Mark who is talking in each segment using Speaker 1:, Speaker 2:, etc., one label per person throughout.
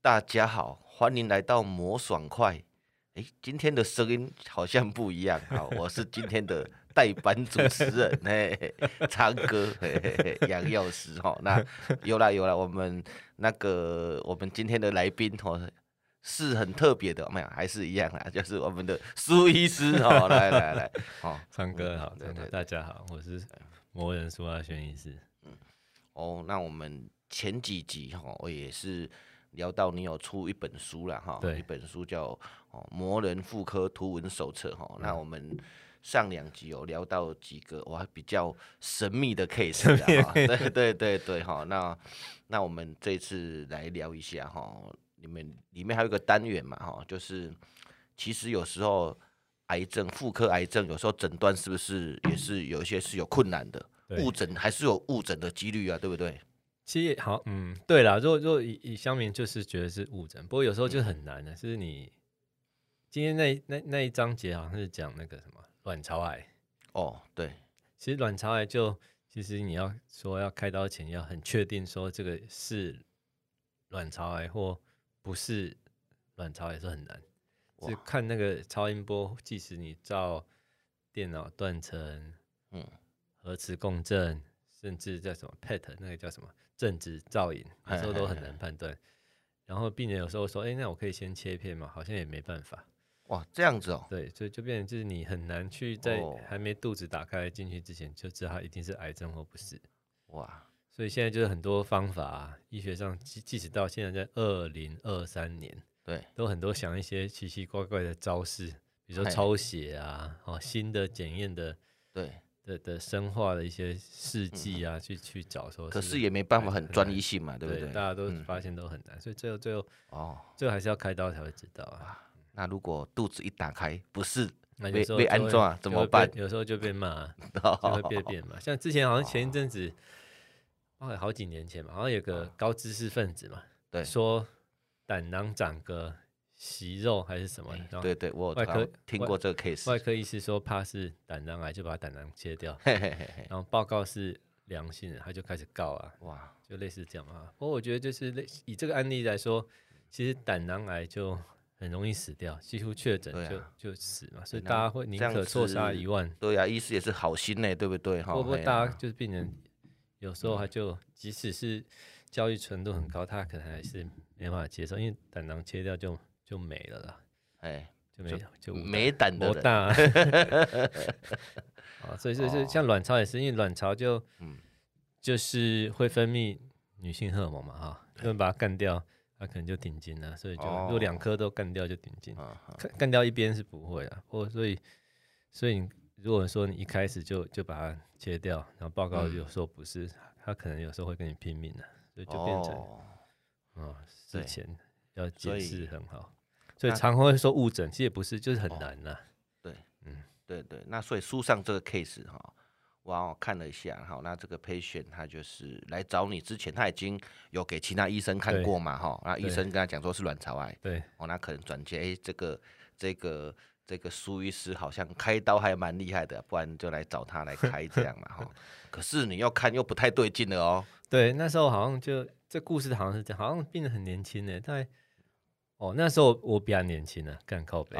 Speaker 1: 大家好，欢迎来到魔爽快。诶，今天的声音好像不一样 啊！我是今天的代班主持人， 嘿嘿嘿，昌哥， 嘿嘿嘿，杨药师哈。那有啦有啦，我们那个我们今天的来宾哦，是很特别的，没有，还是一样啦，就是我们的苏医师哦，来来来，哦
Speaker 2: 唱歌好，
Speaker 1: 对
Speaker 2: 唱歌
Speaker 1: 对
Speaker 2: 大家好，我是魔人苏阿轩医师。
Speaker 1: 哦，那我们前几集哈、我也是聊到你有出一本书了哈，
Speaker 2: 对
Speaker 1: 一本书叫《哦魔人妇科图文手册》哈、那我们。上两集有聊到几个哇比较神秘的 case 啊，哈对对对对哈，那那我们这次来聊一下哈，你们里面还有一个单元嘛哈，就是其实有时候癌症妇科癌症有时候诊断是不是也是有一些是有困难的，
Speaker 2: 对
Speaker 1: 误诊还是有误诊的几率啊，对不对？
Speaker 2: 其实也好，嗯，对啦，如果如果以以乡民就是觉得是误诊，不过有时候就很难的，就是你今天那那那一章节好像是讲那个什么卵巢癌，
Speaker 1: 哦，对，
Speaker 2: 其实卵巢癌就其实你要说要开刀前要很确定说这个是卵巢癌或不是卵巢癌是很难，
Speaker 1: 哇
Speaker 2: 是看那个超音波，即使你照电脑断层，
Speaker 1: 嗯，
Speaker 2: 核磁共振，甚至叫什么 PET 那个叫什么正直造影，
Speaker 1: 嗨
Speaker 2: 有时候
Speaker 1: 嗨
Speaker 2: 都很
Speaker 1: 嗨
Speaker 2: 难判断。然后病人有时候说：“哎、那我可以先切片嘛？”好像也没办法。
Speaker 1: 哇，这样子哦，
Speaker 2: 对，所以就变成就是你很难去在
Speaker 1: 哦
Speaker 2: 还没肚子打开进去之前就知道它一定是癌症或不是。
Speaker 1: 哇，
Speaker 2: 所以现在就是很多方法、啊医学上即即使到现在在二零二三年，
Speaker 1: 对，
Speaker 2: 都很多想一些奇奇怪怪的招式，比如说
Speaker 1: 嗨
Speaker 2: 抽血啊，哦，新的检验的
Speaker 1: 对，
Speaker 2: 的的生化的一些事迹啊，去去找说不，
Speaker 1: 嗯可是也没办法很
Speaker 2: 很
Speaker 1: 专
Speaker 2: 难
Speaker 1: 一性嘛，对不对？
Speaker 2: 大家都
Speaker 1: 嗯
Speaker 2: 发现都很难，所以最后最后
Speaker 1: 哦，
Speaker 2: 最后还是要开刀才会知道啊。
Speaker 1: 那如果肚子一打开不是，
Speaker 2: 那
Speaker 1: 被
Speaker 2: 有时候
Speaker 1: 被
Speaker 2: 就
Speaker 1: 安
Speaker 2: 会
Speaker 1: 装啊
Speaker 2: 就
Speaker 1: 怎么
Speaker 2: 会被
Speaker 1: 办
Speaker 2: 有时候就被骂啊，就会
Speaker 1: 哦
Speaker 2: 被变嘛。像之前好像前一阵子，哦，好几年前嘛，好像有个高知识分子嘛，
Speaker 1: 嗯对
Speaker 2: 说胆囊长个息肉还是什么，然后
Speaker 1: 哦哎对对，我有
Speaker 2: 外
Speaker 1: 刚
Speaker 2: 科
Speaker 1: 听
Speaker 2: 外
Speaker 1: 过这个 case，
Speaker 2: 外科医师说怕是胆囊癌，就把胆囊切掉，
Speaker 1: 嘿嘿嘿嘿，
Speaker 2: 然后报告是良性的，他就开始告啊。
Speaker 1: 哇，
Speaker 2: 就类似这样啊。不过我觉得就是类以这个案例来说，其实胆囊癌就很容易死掉，几乎确诊
Speaker 1: 对
Speaker 2: 就、
Speaker 1: 啊
Speaker 2: 就死嘛，所以
Speaker 1: 那
Speaker 2: 大家会宁
Speaker 1: 这样
Speaker 2: 可错杀
Speaker 1: 子
Speaker 2: 一万。
Speaker 1: 对呀、医师也是好心呢，对不对？哈，
Speaker 2: 不过
Speaker 1: 嘿
Speaker 2: 大
Speaker 1: 啊
Speaker 2: 家就是病人，有时候他就即使是教育程度很高，他可能还是没办法接受，因为胆囊切掉就就没了啦，
Speaker 1: 哎，
Speaker 2: 就没就无
Speaker 1: 没胆的
Speaker 2: 多
Speaker 1: 人，
Speaker 2: 大啊？ 啊所以所以所以像卵巢也是，因为卵巢就
Speaker 1: 哦嗯
Speaker 2: 就是会分泌女性荷尔蒙嘛，哈，因为把它干掉，它可能就顶筋了，所以就
Speaker 1: 哦
Speaker 2: 如果两颗都干掉就顶筋，
Speaker 1: 啊，啊
Speaker 2: 干干掉一边是不会啊，或所以所以你如果说你一开始就就把它切掉，然后报告
Speaker 1: 嗯
Speaker 2: 有时候不是，它可能有时候会跟你拼命的、啊所以就变成
Speaker 1: 哦，
Speaker 2: 啊，
Speaker 1: 对
Speaker 2: 事前要
Speaker 1: 所
Speaker 2: 解
Speaker 1: 以
Speaker 2: 释很好，所以
Speaker 1: 那哦
Speaker 2: 常会说误诊，其实也不是，就是很难呐、
Speaker 1: 对对，那所以书上这个 case 哈、我我看了一下，好，那这个 patient 他就是来找你之前，他已经有给其他医生看
Speaker 2: 对
Speaker 1: 过嘛，哈，那医
Speaker 2: 对
Speaker 1: 生跟他讲说是卵巢癌，
Speaker 2: 对
Speaker 1: 哦，那可能转接，哎、这个这个这个苏医师好像开刀还蛮厉害的，不然就来找他来开这样嘛， 哈、可是你要看又不太对劲了哦，
Speaker 2: 对，那时候好像就这故事好像是这样，好像病得很年轻呢，大概哦那时候我比他年轻呢，干靠背，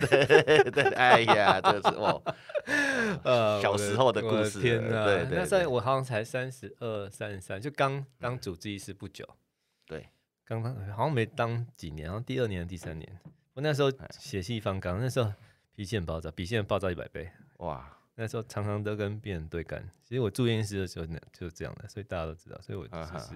Speaker 1: 对对，哎呀，这是哦，
Speaker 2: 呃
Speaker 1: 小
Speaker 2: 我
Speaker 1: 时候的故
Speaker 2: 我
Speaker 1: 事
Speaker 2: 天
Speaker 1: 了
Speaker 2: 呐，
Speaker 1: 对对
Speaker 2: 那在
Speaker 1: 对
Speaker 2: 我好像才三十二、三十三，就刚当主治医师不久，
Speaker 1: 嗯对，
Speaker 2: 刚当好像没当几年，好像第二年、第三年，我那时候
Speaker 1: 哎
Speaker 2: 血气方刚，那时候脾气很暴躁，比现在暴躁一百倍。
Speaker 1: 哇，
Speaker 2: 那时候常常都跟病人对干。其实我住院医师的时候呢，就是这样的，所以大家都知道。所以我就
Speaker 1: 啊哈
Speaker 2: 是，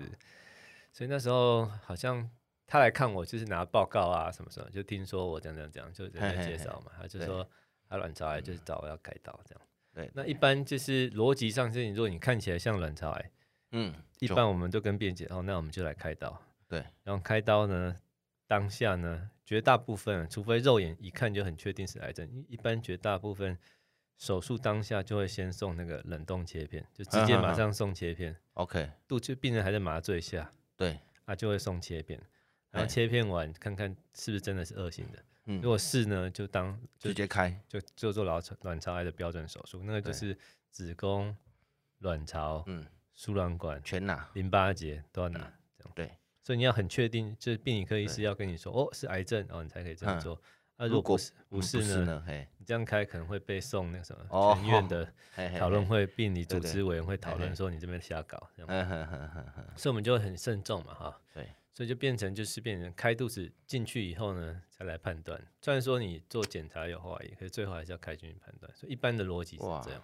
Speaker 2: 所以那时候好像他来看我，就是拿报告啊什么什么，就听说我这样这样这样，就人
Speaker 1: 嘿
Speaker 2: 家
Speaker 1: 嘿嘿嗯
Speaker 2: 介绍嘛，他就
Speaker 1: 对
Speaker 2: 说他卵巢癌就是找我要开刀这样。
Speaker 1: 对，
Speaker 2: 那一般就是逻辑上是，如果你看起来像卵巢癌，
Speaker 1: 嗯，
Speaker 2: 一
Speaker 1: 就
Speaker 2: 般我们都跟病人讲，哦，那我们就来开刀。
Speaker 1: 对，
Speaker 2: 然后开刀呢，当下呢，绝大部分，啊除非肉眼一看就很确定是癌症，一一般绝大部分手术当下就会先送那个冷冻切片，就直接
Speaker 1: 啊哈哈
Speaker 2: 马上送切片。
Speaker 1: OK，
Speaker 2: 肚就病人还在麻醉下，
Speaker 1: 对，
Speaker 2: 啊，就会送切片。然
Speaker 1: 哎
Speaker 2: 后切片完，看看是不是真的是恶性的。
Speaker 1: 嗯
Speaker 2: 如果是呢，就当就
Speaker 1: 直接开，
Speaker 2: 就就做卵巢卵巢癌的标准手术，那个就
Speaker 1: 对
Speaker 2: 是子宫、卵巢、
Speaker 1: 嗯，
Speaker 2: 输卵管、
Speaker 1: 全拿，
Speaker 2: 淋巴结都要拿。
Speaker 1: 对，
Speaker 2: 所以你要很确定，就是病理科医师要跟你说，哦，是癌症，哦，你才可以这样
Speaker 1: 嗯
Speaker 2: 做。那
Speaker 1: 如
Speaker 2: 如
Speaker 1: 果
Speaker 2: 果不是
Speaker 1: 嗯
Speaker 2: 不是
Speaker 1: 是
Speaker 2: 呢，
Speaker 1: 呢，嘿，
Speaker 2: 你这样开可能会被送那个什么
Speaker 1: 哦
Speaker 2: 全院的
Speaker 1: 嘿嘿
Speaker 2: 讨论
Speaker 1: 嘿
Speaker 2: 会，病理
Speaker 1: 对
Speaker 2: 组
Speaker 1: 对
Speaker 2: 织委员会讨
Speaker 1: 嘿
Speaker 2: 论
Speaker 1: 嘿
Speaker 2: 说你这边瞎搞，这样
Speaker 1: 嗯哼哼哼哼，
Speaker 2: 所以我们就很慎重嘛，哈。
Speaker 1: 对，
Speaker 2: 所以就变成就是变成开肚子进去以后呢，才来判断。虽然说你做检查有怀疑，可是最后还是要开进去判断。所以一般的逻辑是
Speaker 1: 哇
Speaker 2: 这样。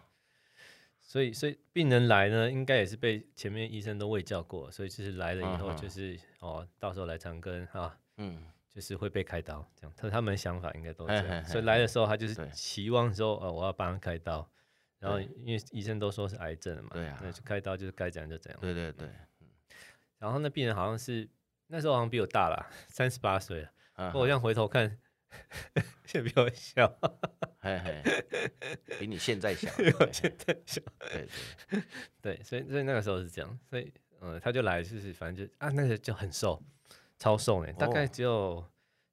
Speaker 2: 所以，所以病人来呢，应该也是被前面医生都喂教过，所以就是来了以后
Speaker 1: 嗯嗯
Speaker 2: 就是、哦，到时候来长庚哈、
Speaker 1: 嗯，
Speaker 2: 就是会被开刀这样。他他们想法应该都这样，
Speaker 1: 嘿嘿嘿
Speaker 2: 所以来的时候他就是
Speaker 1: 对
Speaker 2: 期望说哦，我要帮他开刀。然后
Speaker 1: 对
Speaker 2: 因为医生都说是癌症了嘛，
Speaker 1: 对啊
Speaker 2: 那就开刀就是该怎样就怎样。
Speaker 1: 对对对，
Speaker 2: 然后那病人好像是那时候好像比我大了， 三十八岁了。
Speaker 1: 嗯
Speaker 2: 我好像回头看， 现在比我小，
Speaker 1: 嘿嘿，比你现 在小，
Speaker 2: 比
Speaker 1: 对
Speaker 2: 我现在小。
Speaker 1: 对，
Speaker 2: 对，所以所以那个时候是这样，所以呃，他就来就是反正就啊，那个就很瘦，超瘦呢，大概
Speaker 1: 哦
Speaker 2: 只有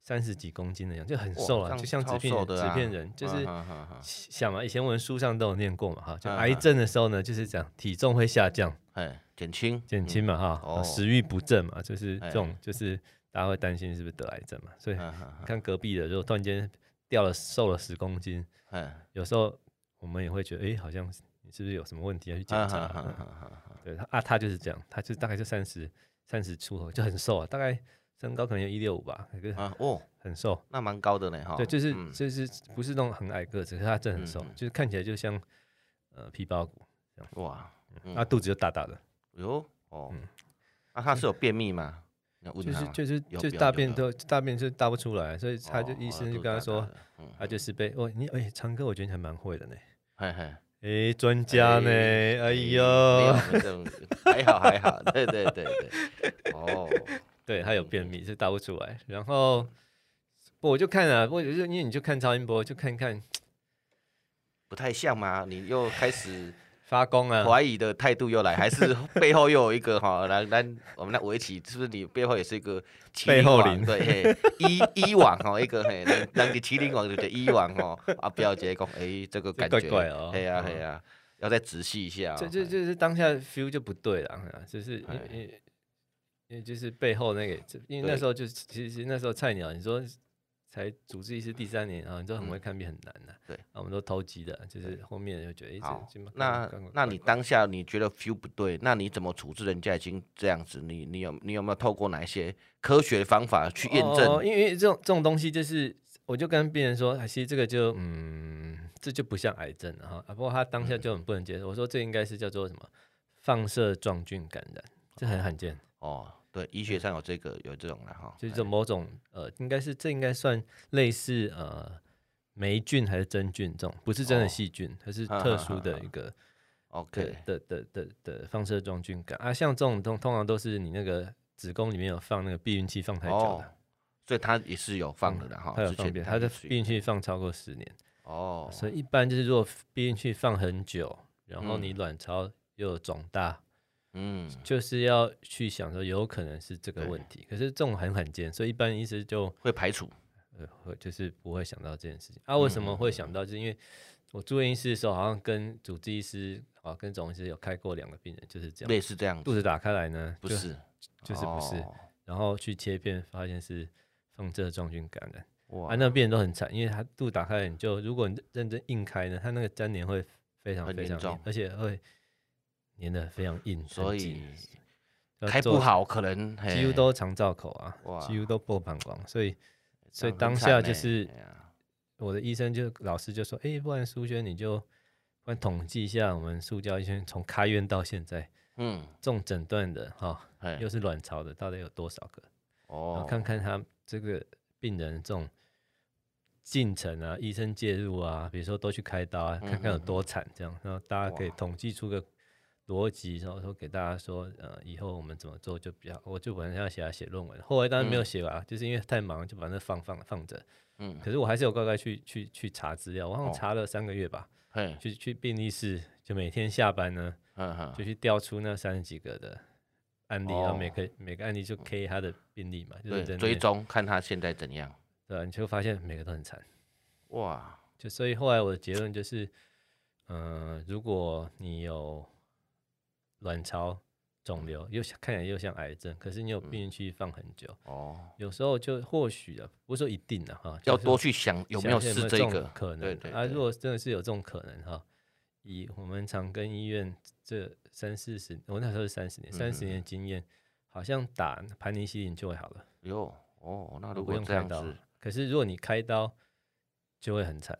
Speaker 2: 三十几公斤的样子，就很
Speaker 1: 哇
Speaker 2: 瘦
Speaker 1: 这
Speaker 2: 了，就
Speaker 1: 样
Speaker 2: 像纸
Speaker 1: 超
Speaker 2: 片
Speaker 1: 瘦
Speaker 2: 人
Speaker 1: 的
Speaker 2: 纸片
Speaker 1: 啊
Speaker 2: 人就是。
Speaker 1: 嗯哼哼哼
Speaker 2: 想嘛，以前我们书上都有念过嘛，哈，就
Speaker 1: 嗯
Speaker 2: 癌
Speaker 1: 嗯
Speaker 2: 症的时候呢，就是讲体重会下降，
Speaker 1: 嘿，减轻，
Speaker 2: 减轻嘛，哈、啊
Speaker 1: 哦
Speaker 2: 食欲不振嘛，就是
Speaker 1: 哎
Speaker 2: 这种，就是大家会担心是不是得癌症嘛，所以
Speaker 1: 嗯，嗯哼
Speaker 2: 你
Speaker 1: 哼
Speaker 2: 看隔壁的，如果突然间掉了瘦了十公斤，
Speaker 1: 嗯
Speaker 2: 有时候我们也会觉得，哎、好像是你是不是有什么问题要去检
Speaker 1: 嗯
Speaker 2: 查、
Speaker 1: 哼哼
Speaker 2: 嗯
Speaker 1: 哼哼哼
Speaker 2: 对他啊，他就是这样，他就大概就三十三十出头，就很瘦啊，大概身高可能有一六五吧，可是
Speaker 1: 啊，哦，
Speaker 2: 很瘦。
Speaker 1: 那蛮高的呢，哈，
Speaker 2: 对，就是、
Speaker 1: 嗯
Speaker 2: 就是不是那种很矮个子，可是他真的很瘦，
Speaker 1: 嗯嗯
Speaker 2: 就是看起来就像呃皮包骨，啊
Speaker 1: 哇，嗯
Speaker 2: 他、肚子就大大的，
Speaker 1: 哟，哦
Speaker 2: 嗯，
Speaker 1: 那他是有便秘吗？你要问
Speaker 2: 就是
Speaker 1: 他吗
Speaker 2: 就是
Speaker 1: 啊有
Speaker 2: 就是
Speaker 1: 有
Speaker 2: 大
Speaker 1: 有
Speaker 2: 便
Speaker 1: 有
Speaker 2: 都大便就大不出来，所以他就
Speaker 1: 哦
Speaker 2: 医
Speaker 1: 哦
Speaker 2: 生就
Speaker 1: 肚子
Speaker 2: 跟
Speaker 1: 大
Speaker 2: 他说
Speaker 1: 大，的嗯
Speaker 2: 他就是被哦你哎长哥，我觉得你还蛮会的呢。
Speaker 1: 嘿嘿。
Speaker 2: 诶，专家呢？
Speaker 1: 哎
Speaker 2: 哎呦，
Speaker 1: 没有没有这种还好还好，对对对对，哦，
Speaker 2: 对他有便秘，是大不出来。然后我就看啊，我就是因为你就看超音波，就看看
Speaker 1: 不太像嘛，你又开 始
Speaker 2: 发功啊，
Speaker 1: 怀疑的态度又来，还是背后又有一个哈，来来，我们那围棋是不是你背后也是一个麒
Speaker 2: 背后
Speaker 1: 王
Speaker 2: 灵
Speaker 1: 对，嘿一一网哦，一个嘿，人人的麒麟王就是一网哦，啊，不要直接讲，哎，这个
Speaker 2: 这
Speaker 1: 感
Speaker 2: 怪
Speaker 1: 觉，
Speaker 2: 怪哦
Speaker 1: 嘿呀
Speaker 2: 嗯
Speaker 1: 嘿呀，要再仔细一下哦，
Speaker 2: 这这
Speaker 1: 嘿
Speaker 2: 就是当下 feel 就不对了，啊就是因
Speaker 1: 哎
Speaker 2: 为因为因为就是背后那个，因为那
Speaker 1: 对
Speaker 2: 时候就是其实那时候菜鸟，你说才主治医师第三年啊，你都很会看病很难的、
Speaker 1: 嗯对
Speaker 2: 啊，我们都偷鸡的，就是后面就觉得哎
Speaker 1: 好，
Speaker 2: 这这
Speaker 1: 那那你当下你觉得 feel 不对，那你怎么处置人家已经这样子？你你有你有没有透过哪一些科学方法去验证？
Speaker 2: 哦，因为因为这种这种东西就是，我就跟病人说，啊其实这个就嗯，这就不像癌症了哈。啊，不过他当下
Speaker 1: 嗯
Speaker 2: 就很不能接受，我说这应该是叫做什么放射状菌感染，这很罕见，
Speaker 1: 哦，对，医学上有这个有这种了哈，
Speaker 2: 就是某种呃，应该是这应该算类似呃霉菌还是真菌这种，不是真的
Speaker 1: 哦
Speaker 2: 细菌，它是
Speaker 1: 哈哈
Speaker 2: 特殊
Speaker 1: 哈
Speaker 2: 的
Speaker 1: 哈
Speaker 2: 一个的
Speaker 1: OK，
Speaker 2: 的的的的放射状菌感啊，像这种通通常都是你那个子宫里面有放那个避孕器放太久
Speaker 1: 哦
Speaker 2: 了。，嗯
Speaker 1: 所以他也是有放的了哈，
Speaker 2: 它有
Speaker 1: 之
Speaker 2: 放
Speaker 1: 前
Speaker 2: 便，
Speaker 1: 他
Speaker 2: 它的
Speaker 1: 也是
Speaker 2: 避孕器放超过十年，
Speaker 1: 哦，
Speaker 2: 所以一般就是如果避孕器放很久，然后你卵巢又有肿大，
Speaker 1: 嗯，
Speaker 2: 就是要去想说有可能是这个
Speaker 1: 对
Speaker 2: 问题。可是这种很罕见，所以一般医师就
Speaker 1: 会排除
Speaker 2: 呃会就是不会想到这件事情。啊，为
Speaker 1: 嗯
Speaker 2: 什么会想到？就是因为我住院医师的时候，好像跟主治医师啊跟总医师有开过两个病人，就是这样，
Speaker 1: 类似这样
Speaker 2: 肚
Speaker 1: 子，
Speaker 2: 子打开来呢，
Speaker 1: 不，
Speaker 2: 就是就是不是，
Speaker 1: 哦
Speaker 2: 然后去切片发现是放射状菌感染。啊，
Speaker 1: 哇，
Speaker 2: 那病人都很惨，因为他肚打开，你就如果你认真硬开呢，他那个粘连会非常
Speaker 1: 很
Speaker 2: 非
Speaker 1: 严
Speaker 2: 常
Speaker 1: 重
Speaker 2: 硬，而且会粘的非常硬，
Speaker 1: 所
Speaker 2: 很
Speaker 1: 以
Speaker 2: 紧要
Speaker 1: 开不
Speaker 2: 做
Speaker 1: 好可能
Speaker 2: 几乎
Speaker 1: 嘿
Speaker 2: 都肠造口啊，几
Speaker 1: 哇
Speaker 2: 乎都破膀胱，所以所以
Speaker 1: 这样很
Speaker 2: 当
Speaker 1: 惨
Speaker 2: 下就
Speaker 1: 呢
Speaker 2: 是
Speaker 1: 哎呀
Speaker 2: 我的医生就老师就说，哎、不然苏轩你就不然统计一下我们塑胶医生从开院到现在
Speaker 1: 嗯，
Speaker 2: 中诊断的哈、又
Speaker 1: 嘿，
Speaker 2: 是卵巢的到底有多少个？然
Speaker 1: 哦
Speaker 2: 后，看看他这个病人这种进程啊，医生介入啊，比如说都去开刀啊，看看
Speaker 1: 嗯
Speaker 2: 有
Speaker 1: 嗯嗯
Speaker 2: 多惨这样，然后大家可以
Speaker 1: 哇
Speaker 2: 统计出个逻辑，然后说给大家说，呃，以后我们怎么做就比较，我就本来要写来写论文，后来当然没有写完啊，就是因为太忙，就把那放放放着。
Speaker 1: 嗯，
Speaker 2: 可是我还是有乖乖去去去查资料，我好像
Speaker 1: 哦
Speaker 2: 查了三个月吧，
Speaker 1: 嘿，
Speaker 2: 去去病历室，就每天下班呢，
Speaker 1: 嗯哼
Speaker 2: 就去调出那三十几个的案例，然后每
Speaker 1: 哦
Speaker 2: 个每个案例就 K 他的病例嘛，就
Speaker 1: 对
Speaker 2: 是，
Speaker 1: 追踪看他现在怎样。
Speaker 2: 对啊、你就会发现每个都很惨。
Speaker 1: 哇，
Speaker 2: 就所以后来我的结论呃就是，嗯、如果你有卵巢肿瘤，又像看起来又像癌症，可是
Speaker 1: 嗯
Speaker 2: 你有病原区放很久，
Speaker 1: 哦，
Speaker 2: 有时候就或许啊，不是说一定的、哈，
Speaker 1: 要
Speaker 2: 就是
Speaker 1: 多去想有没有
Speaker 2: 想一下
Speaker 1: 是这
Speaker 2: 种
Speaker 1: 个
Speaker 2: 可能
Speaker 1: 对对
Speaker 2: 啊？
Speaker 1: 对
Speaker 2: 如果真的是有这种可能哈，以我们常跟医院这三四十，我那时候是三十年，三
Speaker 1: 嗯
Speaker 2: 十年的经验，好像打盘尼西林就会好了，
Speaker 1: 哟哦，那如
Speaker 2: 不
Speaker 1: 果
Speaker 2: 用
Speaker 1: 这
Speaker 2: 开
Speaker 1: 样
Speaker 2: 刀
Speaker 1: 子，。
Speaker 2: 可是如果你开刀，就会很惨。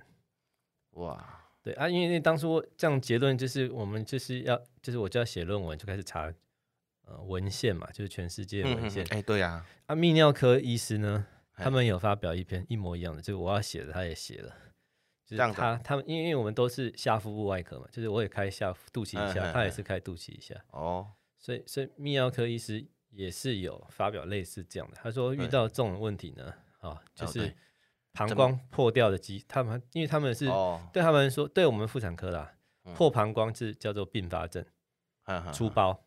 Speaker 1: 哇，
Speaker 2: 对啊，因为当初这样结论就是我们就是要就是我就要写论文，就开始查呃文献嘛，就是全世界的
Speaker 1: 嗯
Speaker 2: 文
Speaker 1: 嗯
Speaker 2: 献
Speaker 1: 嗯。哎，对呀，
Speaker 2: 啊，泌尿科医师呢，
Speaker 1: 哎
Speaker 2: 他们有发表一篇一模一样的，就是我要写的，他也写了。
Speaker 1: 这
Speaker 2: 就是
Speaker 1: 样子
Speaker 2: 他
Speaker 1: 啊
Speaker 2: 他们，因为因为我们都是下腹部外科嘛，就是我也开下腹肚脐一
Speaker 1: 嗯
Speaker 2: 下，
Speaker 1: 嗯
Speaker 2: 他也
Speaker 1: 嗯
Speaker 2: 是开肚脐一下，
Speaker 1: 哦，
Speaker 2: 所以所以泌尿科医师也是有发表类似这样的。他说遇
Speaker 1: 对
Speaker 2: 到这种问题呢，啊，就
Speaker 1: 哦
Speaker 2: 是
Speaker 1: 对
Speaker 2: 膀
Speaker 1: 怎么
Speaker 2: 胱破掉的肌，他们因为他们是
Speaker 1: 哦，
Speaker 2: 对他们说，对我们妇产科啦，
Speaker 1: 嗯
Speaker 2: 破膀胱是叫做并发症，
Speaker 1: 嗯嗯
Speaker 2: 出
Speaker 1: 嗯
Speaker 2: 包。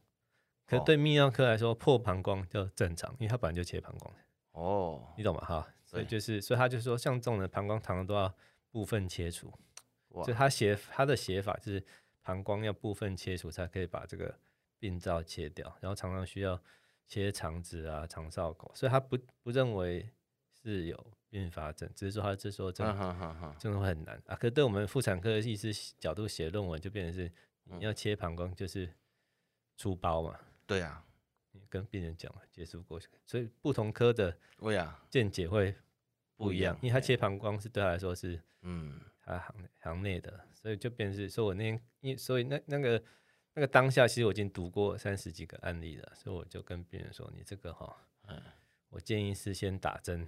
Speaker 2: 可
Speaker 1: 哦
Speaker 2: 对泌尿科来说，破膀胱叫正常，因为他本来就切膀胱，
Speaker 1: 哦，
Speaker 2: 你懂吗？哈，所以
Speaker 1: 对
Speaker 2: 就是，所以他就说，像这种的膀胱常常都要部分切除，
Speaker 1: 哇嗯
Speaker 2: 就他写他的写法就是膀胱要部分切除才可以把这个病灶切掉，然后常常需要切肠子啊、肠造口，所以他不不认为是有并发症，只是说他是说这
Speaker 1: 嗯哼哼哼，
Speaker 2: 真的会很难啊。可是对我们妇产科的医师角度写论文，就变成是你
Speaker 1: 嗯
Speaker 2: 要切膀胱就是出包嘛，
Speaker 1: 对啊呀，
Speaker 2: 你跟病人讲了，结束过去，所以不同科的
Speaker 1: 对呀，
Speaker 2: 见解会
Speaker 1: 不
Speaker 2: 不
Speaker 1: 一
Speaker 2: 一
Speaker 1: 样
Speaker 2: 样，因为他
Speaker 1: 哎
Speaker 2: 切膀胱是对他来说是
Speaker 1: 嗯，
Speaker 2: 他行内行内的，所以就变成是说我那天，因为所以那那个那个当下，其实我已经读过三十几个案例了，所以我就跟病人说，你这个哈，
Speaker 1: 嗯
Speaker 2: 我建议是先打针，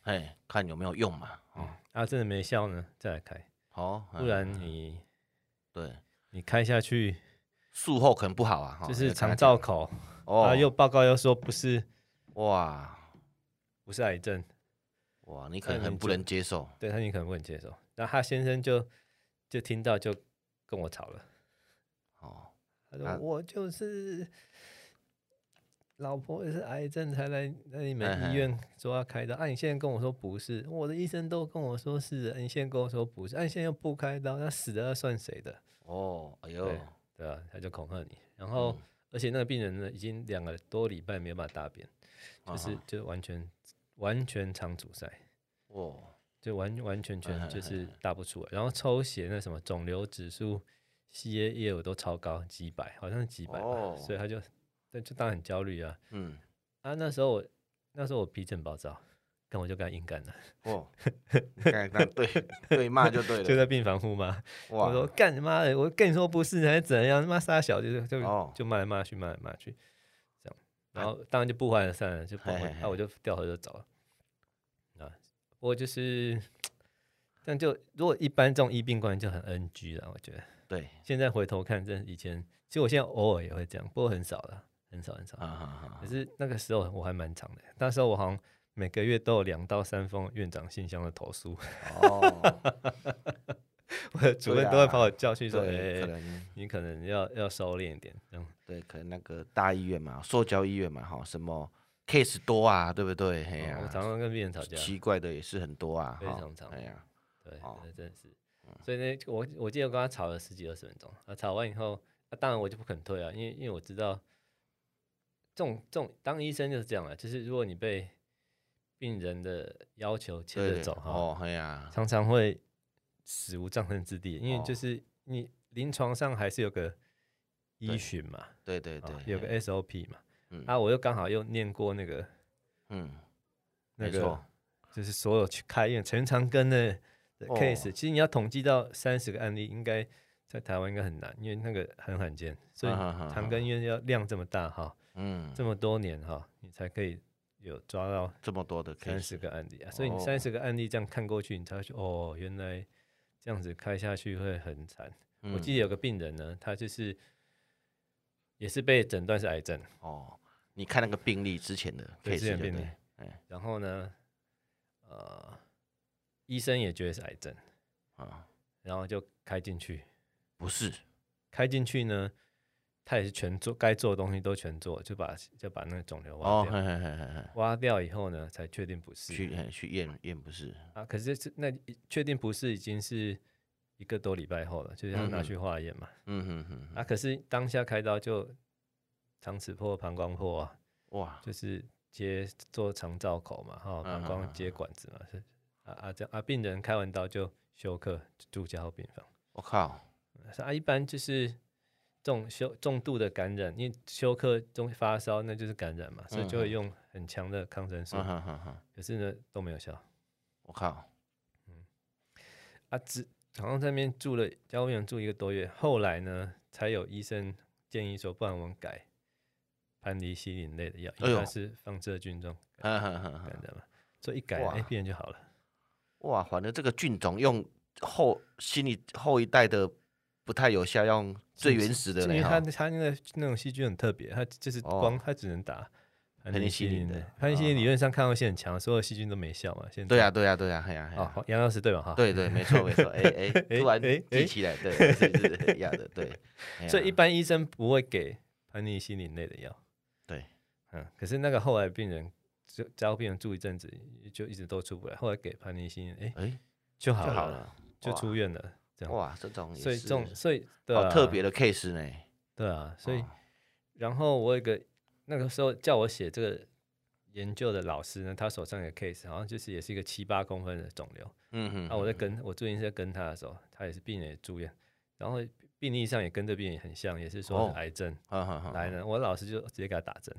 Speaker 1: 哎，看有没有用嘛，
Speaker 2: 嗯
Speaker 1: 哦，，
Speaker 2: 啊，真的没效呢，再来开，
Speaker 1: 好，
Speaker 2: 不
Speaker 1: 嗯
Speaker 2: 然你
Speaker 1: 对，
Speaker 2: 你开下去。
Speaker 1: 术后可能不好啊，哈
Speaker 2: 就是
Speaker 1: 要跟
Speaker 2: 肠
Speaker 1: 他
Speaker 2: 造
Speaker 1: 讲
Speaker 2: 口，啊，
Speaker 1: 哦，
Speaker 2: 又报告又说不是
Speaker 1: 哇
Speaker 2: 不是癌症，
Speaker 1: 哇，你可能
Speaker 2: 那
Speaker 1: 很
Speaker 2: 你
Speaker 1: 不
Speaker 2: 就
Speaker 1: 能接受，
Speaker 2: 对他你可能不能接受。然后他先生就就听到就跟我吵了，
Speaker 1: 哦，
Speaker 2: 他说、
Speaker 1: 啊
Speaker 2: 我就是老婆是癌症才来那你
Speaker 1: 哎
Speaker 2: 们
Speaker 1: 哎
Speaker 2: 医院说要开刀，啊，你现在跟我说不是，我的医生都跟我说是，你现在跟我说不是，啊，你现在又不开刀，那死了要算谁的？
Speaker 1: 哦，哎呦
Speaker 2: 对，对啊，他就恐吓你，然后。
Speaker 1: 嗯
Speaker 2: 而且那个病人呢，已经两个多礼拜没有办法大便，就是、
Speaker 1: 啊
Speaker 2: 就是完全完全肠阻塞，
Speaker 1: 哦，
Speaker 2: 就完完全
Speaker 1: 哎
Speaker 2: 全
Speaker 1: 哎
Speaker 2: 就是大不出来。然后抽血那什么肿瘤指数、吸液业我都超高，几百，好像是几百吧，
Speaker 1: 哦
Speaker 2: 所以他就那就当然很焦虑啊。
Speaker 1: 嗯，
Speaker 2: 啊，那时候我那时候我脾气很暴躁，跟我就跟他硬干了，
Speaker 1: 哦，你看那对对骂就对
Speaker 2: 就
Speaker 1: 了，
Speaker 2: 在病房呼嘛。我说
Speaker 1: 哇，
Speaker 2: 干你妈的，我跟你说不是还是怎样？他妈傻小就是就、
Speaker 1: 哦
Speaker 2: 就骂来骂去，骂来骂去，这样。然
Speaker 1: 啊
Speaker 2: 后当然就不欢而散了，就不
Speaker 1: 嘿
Speaker 2: 欢
Speaker 1: 嘿，
Speaker 2: 那、
Speaker 1: 嘿
Speaker 2: 我就掉头就走了。啊，不过就是，但就如果一般这种医病关就很 NG 了，我觉得。
Speaker 1: 对，
Speaker 2: 现在回头看，真的以前，其实我现在偶尔也会这样，不过很少了，很少很少。
Speaker 1: 啊哈 哈，
Speaker 2: 可是那个时候我还蛮长的，那时候我好像每个月都有两到三封院长信箱的投诉，
Speaker 1: 哦，
Speaker 2: 我的主
Speaker 1: 对
Speaker 2: 任都会
Speaker 1: 啦
Speaker 2: 把我叫去说：“哎、
Speaker 1: 对，
Speaker 2: 哎
Speaker 1: 可能
Speaker 2: 你可能要要收敛一点，这样
Speaker 1: 对，可能那个大医院嘛，哦塑胶医院嘛，哈，什么 case 多啊，对不对？嘿
Speaker 2: 哦我
Speaker 1: 呀，
Speaker 2: 常常跟病人吵架，
Speaker 1: 奇怪的也是很多啊，
Speaker 2: 非
Speaker 1: 哈
Speaker 2: 常常
Speaker 1: 哎呀，
Speaker 2: 对，
Speaker 1: 哦
Speaker 2: 那真的是。所以呢，我我记得我跟他吵了十几二十分钟，啊，吵完以后，啊，当然我就不肯退啊，因为因为我知道，这种这种当医生就是这样啊，就是如果你被病人的要求牵
Speaker 1: 对
Speaker 2: 着，走哈，
Speaker 1: 哦，哎呀，
Speaker 2: 常常会死无葬身之地，因为就
Speaker 1: 哦
Speaker 2: 是你临床上还是有个
Speaker 1: 对
Speaker 2: 依循嘛，
Speaker 1: 对对哎
Speaker 2: 啊
Speaker 1: 对，
Speaker 2: 有个 SOP 嘛，
Speaker 1: 嗯
Speaker 2: 啊，我又刚好又念过那个
Speaker 1: 嗯，
Speaker 2: 那
Speaker 1: 没
Speaker 2: 个。
Speaker 1: 错，
Speaker 2: 就是所有去开院陈长庚的的
Speaker 1: 哦
Speaker 2: case，、其实你要统计到三十个案例，应该在台湾应该很难，因为那个很罕见，所以
Speaker 1: 啊哈哈
Speaker 2: 长
Speaker 1: 哈
Speaker 2: 庚医院要量这么大哈，
Speaker 1: 嗯，
Speaker 2: 这么多年哈，你才可以有抓到
Speaker 1: 这么多的
Speaker 2: 三
Speaker 1: case，
Speaker 2: 十个案例啊，所以你
Speaker 1: 哦
Speaker 2: 三十个案例这样看过去，你才会觉得哦，原来这样子开下去会很惨。我
Speaker 1: 嗯
Speaker 2: 记得有个病人呢，他就是也是被诊断是癌症，
Speaker 1: 哦，你看那个病例之前的
Speaker 2: 对
Speaker 1: case，
Speaker 2: 之前
Speaker 1: 就
Speaker 2: 病
Speaker 1: 对
Speaker 2: 例
Speaker 1: 哎
Speaker 2: 然后呢，呃，医生也觉得是癌症。
Speaker 1: 啊，
Speaker 2: 然后就开进去，
Speaker 1: 不是，
Speaker 2: 开进去呢，他也是全做该做的东西都全做，就把就把那个肿瘤挖
Speaker 1: 哦，
Speaker 2: 掉。
Speaker 1: 嘿嘿嘿嘿嘿，
Speaker 2: 挖掉以后呢，才确定不是
Speaker 1: 去嘿去验验不是，
Speaker 2: 啊。可是这那确定不是已经是一个多礼拜后了，就是要
Speaker 1: 嗯
Speaker 2: 拿
Speaker 1: 嗯
Speaker 2: 去化验嘛。啊
Speaker 1: 嗯哼哼哼，
Speaker 2: 啊，可是当下开刀就肠尺破、膀胱破啊，
Speaker 1: 哇，
Speaker 2: 就是接做肠造口嘛，哈、
Speaker 1: 嗯
Speaker 2: 膀胱接管子嘛，是啊啊这样啊，病人开完刀就休克，住加护病房。
Speaker 1: 我靠，
Speaker 2: 是啊，一般就是这种休重度的感染，因为休克中发烧那就是感染嘛，所以就会
Speaker 1: 嗯嗯
Speaker 2: 用很强的抗生素，
Speaker 1: 嗯哼哼哼，
Speaker 2: 可是呢都没有效
Speaker 1: 我靠，
Speaker 2: 啊，只好像在那边住了，在外面住一个多月，后来呢才有医生建议说，不然我们改盘尼西林类的药，因
Speaker 1: 哎
Speaker 2: 为
Speaker 1: 呦
Speaker 2: 它是放射菌这种
Speaker 1: 哼嗯哼哼
Speaker 2: 感
Speaker 1: 哼，
Speaker 2: 染嘛，所以一改
Speaker 1: 哇
Speaker 2: 哎病人就好了，
Speaker 1: 哇，反正这个菌种用后心理后一代的不太有效，用最原始的
Speaker 2: 因为
Speaker 1: 嘞
Speaker 2: 它
Speaker 1: 哈，
Speaker 2: 它那个那种细菌很特别，它就是
Speaker 1: 哦
Speaker 2: 光它只能打。盘
Speaker 1: 盘尼
Speaker 2: 尼
Speaker 1: 西
Speaker 2: 西
Speaker 1: 林
Speaker 2: 林
Speaker 1: 的
Speaker 2: 的盘尼西林
Speaker 1: 哦
Speaker 2: 理论上抗药性很强，所有细菌都没效嘛。现在
Speaker 1: 对呀啊对呀对呀，嘿呀嘿
Speaker 2: 哦
Speaker 1: 呀，，
Speaker 2: 杨老师对吧？哈，。
Speaker 1: 对对，没错没错，哎 哎，
Speaker 2: 哎
Speaker 1: 突然
Speaker 2: 哎哎
Speaker 1: 记起来，对，是是是要的， 对，哎呀
Speaker 2: 所以一般医生不会给盘尼西林类的药。
Speaker 1: 对，
Speaker 2: 嗯，可是那个后来病人就加护病人住一阵子，就一直都出不来，后来给盘尼西林，哎，
Speaker 1: 哎
Speaker 2: 就
Speaker 1: 就
Speaker 2: 好
Speaker 1: 好
Speaker 2: 了，
Speaker 1: 了，
Speaker 2: 就
Speaker 1: 哇
Speaker 2: 出院了。这样，
Speaker 1: 哇，这种也
Speaker 2: 所以
Speaker 1: 是
Speaker 2: 这种，所以对
Speaker 1: 好
Speaker 2: 啊，
Speaker 1: 特别的 case 呢，
Speaker 2: 对啊，所以
Speaker 1: 哦
Speaker 2: 然后我有一个那个时候叫我写这个研究的老师呢，他手上有个 case，好像就是也是一个七八公分的肿瘤。
Speaker 1: 嗯哼，
Speaker 2: 啊，我在跟我最近在跟他的时候，他也是病人也住院，然后病历上也跟这病人很像，也是说
Speaker 1: 哦嗯
Speaker 2: 是癌症。
Speaker 1: 哼哼哼
Speaker 2: 来呢，我老师就直接给他打针，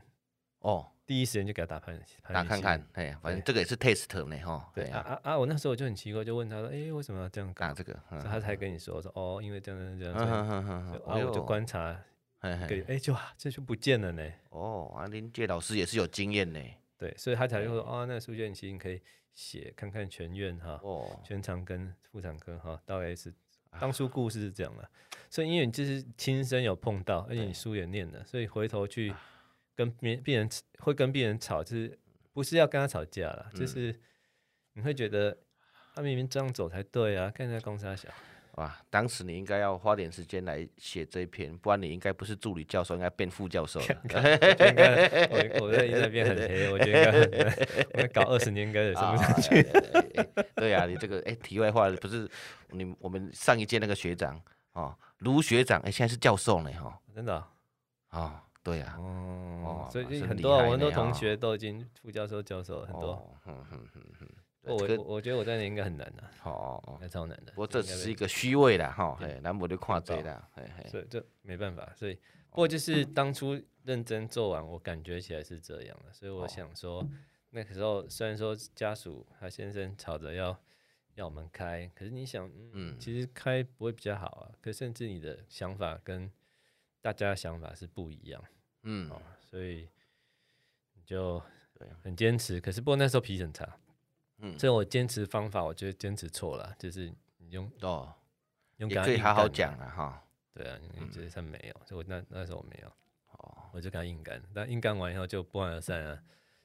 Speaker 1: 哦，
Speaker 2: 第一时间就给他打潘潘
Speaker 1: 打
Speaker 2: 尼
Speaker 1: 看
Speaker 2: 西
Speaker 1: 看
Speaker 2: 林。，
Speaker 1: 哎，反正
Speaker 2: 对
Speaker 1: 这个也是 test 呢哈，
Speaker 2: 对
Speaker 1: 哎
Speaker 2: 啊
Speaker 1: 呀
Speaker 2: 啊啊！我那时候就很奇怪，就问他说：“哎，为什么要这样搞
Speaker 1: 打这个，？”嗯
Speaker 2: 所以他才跟你说说哦，因为这样这
Speaker 1: 嗯
Speaker 2: 样这样。所以
Speaker 1: 哼哼哼
Speaker 2: 就
Speaker 1: 哼，哎
Speaker 2: 啊，我就
Speaker 1: 呦
Speaker 2: 观察
Speaker 1: 嘿嘿
Speaker 2: 给，哎，就啊这就不见了呢。
Speaker 1: 哦，啊，林介老师也是有经验呢。
Speaker 2: 对，所以他才会说哦，那苏建奇你可以写看看全院哈，
Speaker 1: 哦，
Speaker 2: 全肠跟妇产科哈，大概是当初故事是这样的。所以因为你就是亲身有碰到，而且你书也念了，所以回头去跟别病人会跟病人吵，就是不是要跟他吵架了，就是你会觉得他明明这样走才对啊，看人家公司小，
Speaker 1: 哇，当时你应该要花点时间来写这一篇，不然你应该不是助理教授，应该变副教授了。
Speaker 2: 我觉得应该我我在那边很黑，我觉得应该很黑我搞二十年应该也
Speaker 1: 啊
Speaker 2: 上不上去。
Speaker 1: 哎哎哎哎对呀、啊，你这个哎，题外话不是你我们上一届那个学长哦，卢学长哎，现在是教授呢哈
Speaker 2: 真的啊
Speaker 1: 哦，对呀、
Speaker 2: 哦，所
Speaker 1: 哇
Speaker 2: 以
Speaker 1: 是
Speaker 2: 很
Speaker 1: 厉
Speaker 2: 多啊
Speaker 1: 害
Speaker 2: 我很多
Speaker 1: 呢
Speaker 2: 同
Speaker 1: 哦
Speaker 2: 学都已经副教授、教授了很多。
Speaker 1: 哦，嗯嗯嗯嗯，
Speaker 2: 我
Speaker 1: 对这
Speaker 2: 我
Speaker 1: 个
Speaker 2: 我觉得我在那应该很难的，
Speaker 1: 哦哦哦
Speaker 2: 应，该超难的。
Speaker 1: 不过这只是一
Speaker 2: 应
Speaker 1: 个虚位啦哈，
Speaker 2: 对
Speaker 1: 嘿，南博就跨这啦，嘿
Speaker 2: 该被
Speaker 1: 嘿，
Speaker 2: 所以这没办法。所以
Speaker 1: 哦
Speaker 2: 不过就是当初认真做完，我感觉起来是这样的，所以我
Speaker 1: 哦
Speaker 2: 想说，那个时候虽然说家属他先生吵着要要我们开，可是你想，嗯，
Speaker 1: 嗯
Speaker 2: 其实开不会比较好啊。可甚至你的想法跟大家的想法是不一样，
Speaker 1: 嗯，
Speaker 2: 所以你就
Speaker 1: 对啊
Speaker 2: 很坚持。可是不过那时候脾气很差，
Speaker 1: 嗯
Speaker 2: 所以我坚持方法，我觉得坚持错了，就是你用
Speaker 1: 哦，
Speaker 2: 用
Speaker 1: 也
Speaker 2: 给他
Speaker 1: 可以
Speaker 2: 硬
Speaker 1: 好好
Speaker 2: 干的
Speaker 1: 讲嗯了哈，
Speaker 2: 对啊，因为就是他没有，所以我那那时候我没有，
Speaker 1: 哦，
Speaker 2: 我就跟他硬干，但硬干完以后就不欢而散啊。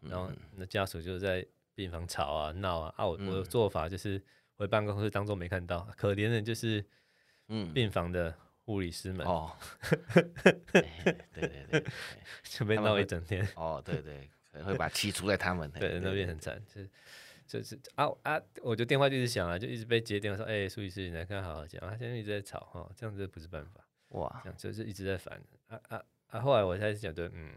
Speaker 1: 嗯
Speaker 2: 然后那家属就在病房吵啊闹啊啊，我我
Speaker 1: 嗯
Speaker 2: 的做法就是回办公室当做没看到，可怜的就是
Speaker 1: 嗯，
Speaker 2: 病房的护理师们、
Speaker 1: 哦，嘿嘿对对对，
Speaker 2: 就被
Speaker 1: 他们
Speaker 2: 闹一
Speaker 1: 会
Speaker 2: 整天，
Speaker 1: 哦，对对，可能会把气出在他们。嘿
Speaker 2: 哎对，那边很惨，就是。就是啊啊！我就电话就一直响啊，就一直被接电话说：“哎、苏医师，你来看好好讲。”他现在一直在吵哈、哦，这样子不是办法。
Speaker 1: 哇
Speaker 2: 这，样就是一直在烦啊啊啊！后来我才觉得，嗯，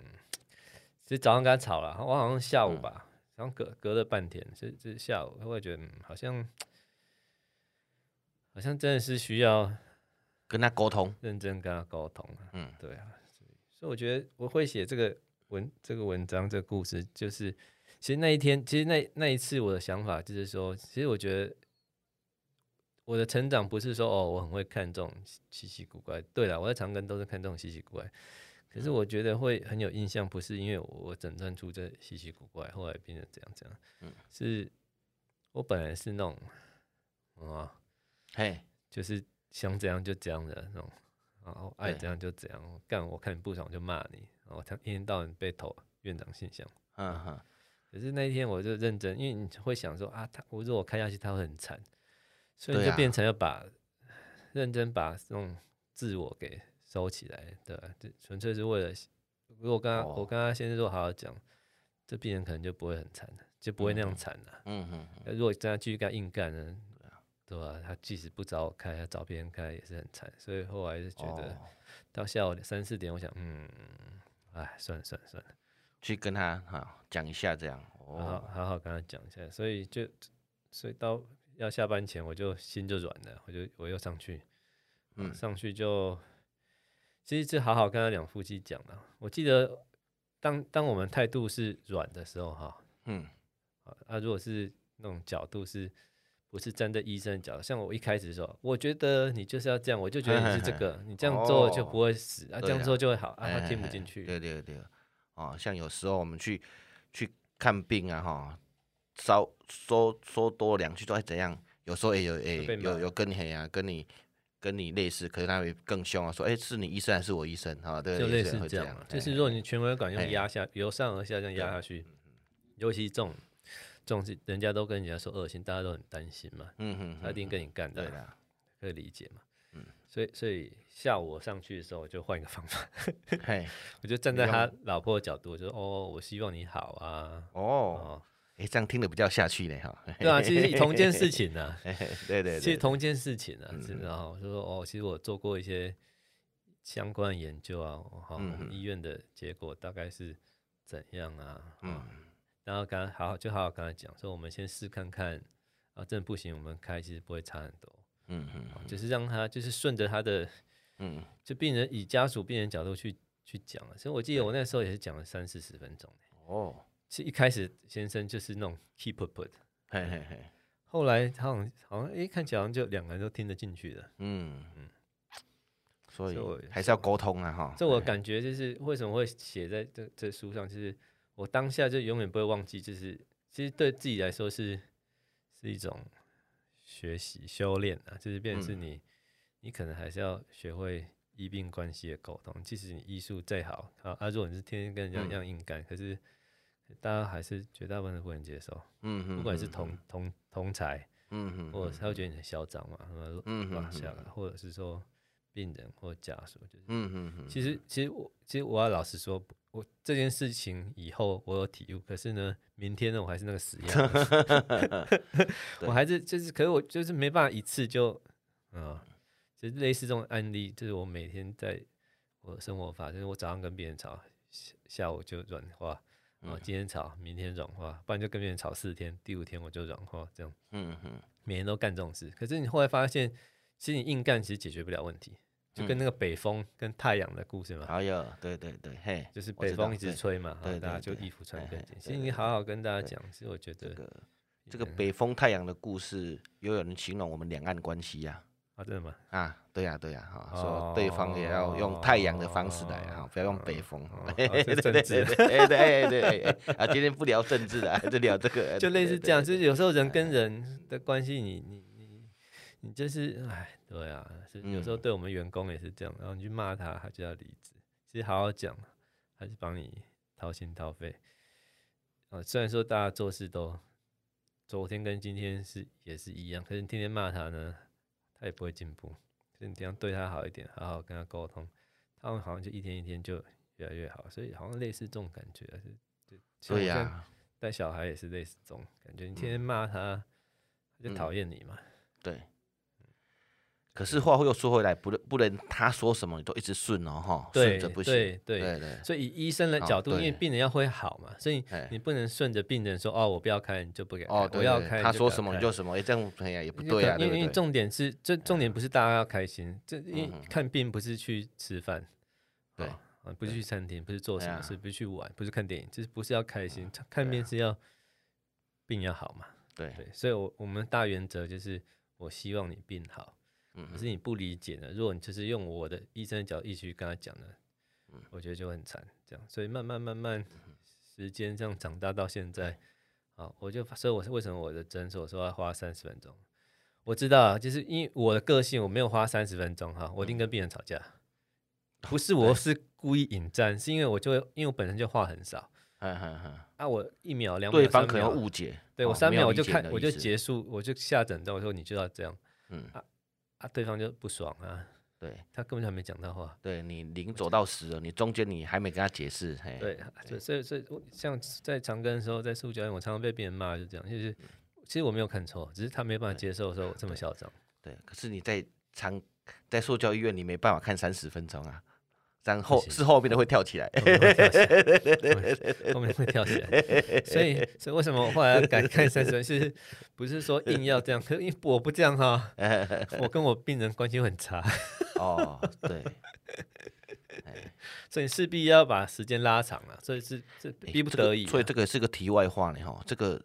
Speaker 2: 其实早上跟他吵了，我好像下午吧，然后隔隔了半天，是是下午，后来觉得，嗯，好像好像真的是需要
Speaker 1: 跟他沟通，
Speaker 2: 认真跟他沟通啊。
Speaker 1: 嗯，
Speaker 2: 对啊，所以所以我觉得我会写这个文这个文章这个故事，就是其实那一天，其实那那一次我的想法就是说，其实我觉得我的成长不是说哦我很会看这种稀奇古怪，对了，我在长庚都是看这种稀奇古怪。可
Speaker 1: 嗯
Speaker 2: 是我觉得会很有印象，不是因为我我诊断出这稀奇古怪，后来变成这样这样，
Speaker 1: 嗯
Speaker 2: 是我本来是那种啊、
Speaker 1: 嘿，
Speaker 2: 就是想怎样就怎样的那种，然后爱
Speaker 1: 对
Speaker 2: 怎样就怎样，干我看你不爽就骂你，然后他一天到晚被投院长信箱。
Speaker 1: 嗯哼，
Speaker 2: 可是那一天我就认真，因为你会想说啊，他我如果开下去他会很惨，所以
Speaker 1: 对
Speaker 2: 就
Speaker 1: 啊
Speaker 2: 变成要把、认真把这种自我给收起来，对吧？就纯粹是为了，如果跟他、我
Speaker 1: 哦
Speaker 2: 跟他先生说好好讲，这病人可能就不会很惨了，就不会那样
Speaker 1: 嗯
Speaker 2: 惨了。
Speaker 1: 嗯哼，
Speaker 2: 那呃如果真的继续跟他硬干呢，对吧、他即使不找我开，他找别人开也是很惨。所以后来就觉得
Speaker 1: 哦
Speaker 2: 到下午三四点，我想，嗯，哎，算了算了算了，
Speaker 1: 去跟他哈讲一下这样。
Speaker 2: 好好
Speaker 1: 哦，
Speaker 2: 好好跟他讲一下。所以就所以到要下班前，我就心就软了，我就我又上去，
Speaker 1: 嗯
Speaker 2: 上去就其实是好好跟他两夫妻讲了。我记得当当我们态度是软的时候，哈，
Speaker 1: 嗯
Speaker 2: 啊，啊如果是那种角度是。不是站在医生的角度，像我一开始说，我觉得你就是要这样，我就觉得你是这个，你这样做就不会死、啊，这
Speaker 1: 哦对
Speaker 2: 样
Speaker 1: 啦
Speaker 2: 做就会好啊，
Speaker 1: 哎
Speaker 2: 他听不
Speaker 1: 哎
Speaker 2: 进
Speaker 1: 哎
Speaker 2: 去。
Speaker 1: 对对对，哦，像有时候我们去去看病啊，哈，稍说说多两句，说哎怎样，有时候也有哎
Speaker 2: 被骂
Speaker 1: 有有跟你嘿啊，跟你跟你类似，可是他会更凶啊，说哎是你医生还是我医生啊？对，
Speaker 2: 就
Speaker 1: 有
Speaker 2: 类
Speaker 1: 些
Speaker 2: 似
Speaker 1: 人会这
Speaker 2: 这样
Speaker 1: 样
Speaker 2: 啊，，就是
Speaker 1: 哎
Speaker 2: 如果你权威感
Speaker 1: 哎
Speaker 2: 用压下，由上而下这样压
Speaker 1: 啊
Speaker 2: 下去，
Speaker 1: 嗯
Speaker 2: 尤其这种这种是人家都跟人家说恶性，大家都很担心嘛，
Speaker 1: 嗯哼
Speaker 2: 他一
Speaker 1: 哼，
Speaker 2: 定跟你干
Speaker 1: 对嗯
Speaker 2: 的啊，
Speaker 1: 啦，
Speaker 2: 可以理解嘛。所以所以下午我上去的时候，我就换一个方法，
Speaker 1: 嘿，
Speaker 2: 我就站在他老婆的角度，我就说哦，我希望你好啊。
Speaker 1: 哦，
Speaker 2: 哦，
Speaker 1: 哎这样听得比较下去呢 哈，
Speaker 2: 对啊，其实同一件事情呢、啊，
Speaker 1: 嘿嘿对对
Speaker 2: 其实
Speaker 1: 对，嗯
Speaker 2: 同一件事情啊，是然后就说哦，其实我做过一些相关的研究啊，哦好，我
Speaker 1: 嗯
Speaker 2: 们
Speaker 1: 嗯
Speaker 2: 医院的结果大概是怎样啊？嗯
Speaker 1: 嗯，
Speaker 2: 然后刚好好就好好跟他讲说，我们先试看看，啊，真的不行，我们开其实不会差很多，
Speaker 1: 嗯嗯
Speaker 2: 哦就是让他就是顺着他的，
Speaker 1: 嗯，
Speaker 2: 就病人以家属病人角度去去讲啊。其实我记得我那时候也是讲了三四十分钟，
Speaker 1: 哦，
Speaker 2: 是一开始先生就是那种 keep up，的
Speaker 1: 嘿嘿嘿，
Speaker 2: 后来他好像好像诶，看起来好像就两个人都听得进去了。
Speaker 1: 嗯嗯，所以
Speaker 2: 所以
Speaker 1: 还是要沟通啊哈，
Speaker 2: 这我感觉就是为什么会写在这这书上，就是我当下就永远不会忘记，就是其实对自己来说是是一种学习修炼啊，就是变成
Speaker 1: 嗯
Speaker 2: 是你、你可能还是要学会医病关系的沟通，即使你医术再好啊，啊，如果你是天天跟人家一
Speaker 1: 嗯
Speaker 2: 样硬干，可是大家还是绝大部分都不能接受，
Speaker 1: 嗯哼，
Speaker 2: 不管是
Speaker 1: 嗯
Speaker 2: 同同同才，
Speaker 1: 嗯哼，
Speaker 2: 或者是他会觉得你很嚣张嘛，
Speaker 1: 嗯
Speaker 2: 嗯，
Speaker 1: 哼
Speaker 2: 落
Speaker 1: 嗯
Speaker 2: 下
Speaker 1: 哼
Speaker 2: 来，或者是说病人或家属，就是。
Speaker 1: 嗯哼哼，
Speaker 2: 其实，其实我其实我要老实说，我这件事情以后我有体悟，可是呢，明天呢，我还是那个死样子，
Speaker 1: 对
Speaker 2: 我还是就是，可是我就是没办法一次就，嗯，就是类似这种案例，就是我每天在我的生活法，就是我早上跟别人吵，下下午就软化，
Speaker 1: 嗯
Speaker 2: 哦，今天吵，明天软化，不然就跟别人吵四天，第五天我就软化，这样
Speaker 1: 嗯哼，
Speaker 2: 每天都干这种事。可是你后来发现，其实你硬干其实解决不了问题，就
Speaker 1: 嗯
Speaker 2: 跟那个北风跟太阳的故事嘛。
Speaker 1: 还有哎对对对，嘿，
Speaker 2: 就是
Speaker 1: 我知
Speaker 2: 北风
Speaker 1: 道
Speaker 2: 一直
Speaker 1: 对
Speaker 2: 吹嘛，
Speaker 1: 对
Speaker 2: 哈，大家
Speaker 1: 对
Speaker 2: 就
Speaker 1: 对
Speaker 2: 衣服穿
Speaker 1: 嘿
Speaker 2: 更
Speaker 1: 嘿
Speaker 2: 紧。
Speaker 1: 对
Speaker 2: 其实
Speaker 1: 对
Speaker 2: 你好好跟大家讲，其实我觉
Speaker 1: 这
Speaker 2: 得
Speaker 1: 个这个北风太阳的故事，也有人形容我们两岸关系呀。
Speaker 2: 啊，真的吗？
Speaker 1: 啊，对呀、对呀、
Speaker 2: 哦
Speaker 1: 哈、说对方也要用太阳的方式来啊哈、不要用北风。
Speaker 2: 哦
Speaker 1: 对
Speaker 2: 哦
Speaker 1: 对对
Speaker 2: 是政
Speaker 1: 对
Speaker 2: 治
Speaker 1: 对哎对对啊！今天不聊政治了，就聊这 个，哎
Speaker 2: 就类似这样，就是是有时候人跟人的关系，你你你你就是，哎，对啊，是有
Speaker 1: 嗯
Speaker 2: 时候对我们员工也是这样，然后你去骂他，他就要离职。其实好好讲，还是帮你掏心掏肺。啊，虽然说大家做事都昨天跟今天是也是一样，可是你天天骂他呢，他也不会进步。所以你这样对他好一点，好好跟他沟通，他们好像就一天一天就越来越好。所以好像类似这种感觉，啊是就像我
Speaker 1: 对
Speaker 2: 现
Speaker 1: 呀、
Speaker 2: 在带小孩也是类似这种感觉，你
Speaker 1: 嗯
Speaker 2: 天天骂他，他就讨厌你嘛。
Speaker 1: 对。可是话又说回来，不能不能他说什么你都一直顺哦哈，
Speaker 2: 对
Speaker 1: 顺着不行。
Speaker 2: 对对
Speaker 1: 对对，
Speaker 2: 所以以医生的角度，
Speaker 1: 哦
Speaker 2: 因
Speaker 1: 对
Speaker 2: 为病人要会好嘛，所以
Speaker 1: 哎
Speaker 2: 你不能顺着病人说哦，我不要开你就不给开，
Speaker 1: 哦，对
Speaker 2: 我要
Speaker 1: 对
Speaker 2: 开
Speaker 1: 他
Speaker 2: 就
Speaker 1: 说
Speaker 2: 给
Speaker 1: 什么
Speaker 2: 开
Speaker 1: 你就什么，哎这样哎呀也不
Speaker 2: 因为
Speaker 1: 对
Speaker 2: 可
Speaker 1: 啊，对
Speaker 2: 因
Speaker 1: 不
Speaker 2: 为因为
Speaker 1: 对？嗯
Speaker 2: 重点是，这重点不是大家要开心，这因为看病不是去吃饭，
Speaker 1: 对
Speaker 2: 啊，啊不是去餐厅，不是做什
Speaker 1: 哎
Speaker 2: 么
Speaker 1: 呀
Speaker 2: 事，不是去玩，不是看电影，就是不是要开心，
Speaker 1: 嗯
Speaker 2: 看
Speaker 1: 啊
Speaker 2: 病是要病要好嘛。
Speaker 1: 对，
Speaker 2: 对，所以我我们大原则就是，我希望你病好。
Speaker 1: 嗯
Speaker 2: 可是你不理解呢，如果你就是用我的医生的角度去跟他讲呢，
Speaker 1: 嗯
Speaker 2: 我觉得就很惨。这样，所以慢慢慢慢，时间这样长大到现在，啊，我就所以我是为什么我的诊所说要花三十分钟？我知道啊，就是因为我的个性，我没有花三十分钟哈，我
Speaker 1: 嗯
Speaker 2: 一定跟病人吵
Speaker 1: 哦
Speaker 2: 架。不是我是故意引战，是因为我就因为我本身就话很少
Speaker 1: 嗯嗯嗯，
Speaker 2: 啊，我一秒两秒
Speaker 1: 对方
Speaker 2: 三
Speaker 1: 可能
Speaker 2: 秒
Speaker 1: 会误解。
Speaker 2: 对我
Speaker 1: 哦
Speaker 2: 三
Speaker 1: 没
Speaker 2: 秒
Speaker 1: 有
Speaker 2: 我
Speaker 1: 理
Speaker 2: 就
Speaker 1: 解
Speaker 2: 看
Speaker 1: 你的
Speaker 2: 我
Speaker 1: 意
Speaker 2: 就
Speaker 1: 思
Speaker 2: 结束，我就下诊断，我说你就要这样
Speaker 1: 嗯，
Speaker 2: 啊，对方就不爽啊，
Speaker 1: 对
Speaker 2: 他根本就还没讲到话。
Speaker 1: 对，你零走到十了，你中间你还没跟他解释，嘿，
Speaker 2: 对，所以所以所以我像在长庚的时候，在塑胶院，我常常被别人骂，就这样，就是
Speaker 1: 嗯
Speaker 2: 其实我没有看错，只是他没办法接受的时候这么嚣 张。
Speaker 1: 对，可是你在长在塑胶医院，你没办法看三十分钟啊，然后
Speaker 2: 不行哦
Speaker 1: 是后面的会跳起来。
Speaker 2: 后面会跳起 来，后面会跳起来。所以，所以为什么我后来要改看三十是不是说硬要这样？可因为我不这样 哈、我跟我病人关系很差，
Speaker 1: 哦， 对，
Speaker 2: 所以势必要把时间拉长了。所以是这
Speaker 1: 诶
Speaker 2: 逼不
Speaker 1: 这个
Speaker 2: 得已啊、
Speaker 1: 所以这个是个题外话呢，哈，这个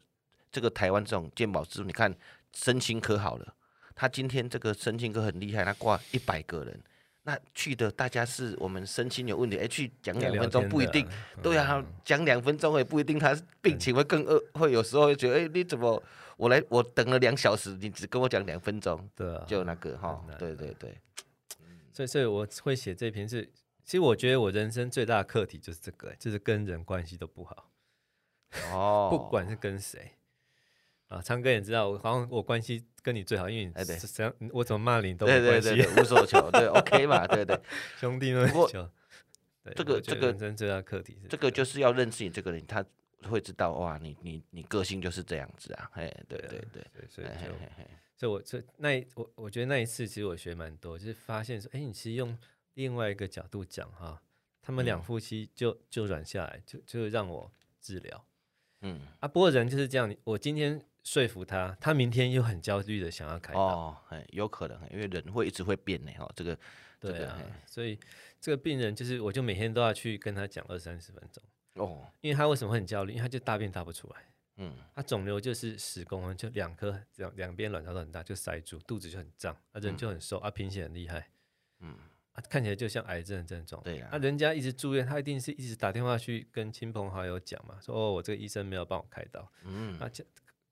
Speaker 1: 这个台湾这种健保制度，你看身心科好了，他今天这个身心科很厉害，他挂一百个人，那去的大家是我们身心有问题，哎、去讲两分钟不一定，
Speaker 2: 嗯
Speaker 1: 对啊，讲两分钟也不一定，他病情会更恶，会有时候会觉得，哎、你怎么我来我等了两小时，你只跟我讲两分钟，
Speaker 2: 对啊，
Speaker 1: 就那个哈
Speaker 2: 很，难
Speaker 1: 对对对，
Speaker 2: 所以，所以我会写这篇是，其实我觉得我人生最大的课题就是这个、欸就是跟人关系都不好，
Speaker 1: 哦，
Speaker 2: 不管是跟谁。啊，昌哥也知道，我好像我关系跟你最好，因为
Speaker 1: 哎
Speaker 2: 你
Speaker 1: 对
Speaker 2: 怎样，我怎么骂你你都没
Speaker 1: 对哦对
Speaker 2: 关系，
Speaker 1: 对对，无所求， 对 OK 嘛，对对，
Speaker 2: 兄弟们
Speaker 1: 不过
Speaker 2: 就。对
Speaker 1: 这个
Speaker 2: 我觉得
Speaker 1: 这个
Speaker 2: 人生最大的课题是
Speaker 1: 这个就是要认识你这个人，他会知道哇，你你你个性就是这样子啊，哎，对对对，
Speaker 2: 对，所以
Speaker 1: 哎嘿嘿
Speaker 2: 就，
Speaker 1: 嘿嘿
Speaker 2: 所以我所以那一我我觉得那一次其实我学蛮多，就是发现说，哎，你其实用另外一个角度讲哈，他们两
Speaker 1: 嗯
Speaker 2: 夫妻就就软下来，就就让我治疗
Speaker 1: 嗯，
Speaker 2: 啊。不过人就是这样，你我今天说服他，他明天又很焦虑的想要开刀，
Speaker 1: 哦，哎，有可能，因为人会一直会变呢，哦哈，这个这
Speaker 2: 对
Speaker 1: 个
Speaker 2: 啊
Speaker 1: 嘿，
Speaker 2: 所以这个病人就是我就每天都要去跟他讲二三十分钟，
Speaker 1: 哦，
Speaker 2: 因为他为什么会很焦虑？因为他就大便大不出来。
Speaker 1: 嗯，
Speaker 2: 它肿瘤就是十公分，就两颗两两边卵巢都很大，就塞住，肚子就很胀，啊人就很瘦，啊贫血很厉害，
Speaker 1: 嗯，
Speaker 2: 啊看起来就像癌症的症状。
Speaker 1: 对啊
Speaker 2: 啊人家一直住院，他一定是一直打电话去跟亲朋好友讲嘛，说哦我这个医生没有帮我开刀，
Speaker 1: 嗯，
Speaker 2: 啊家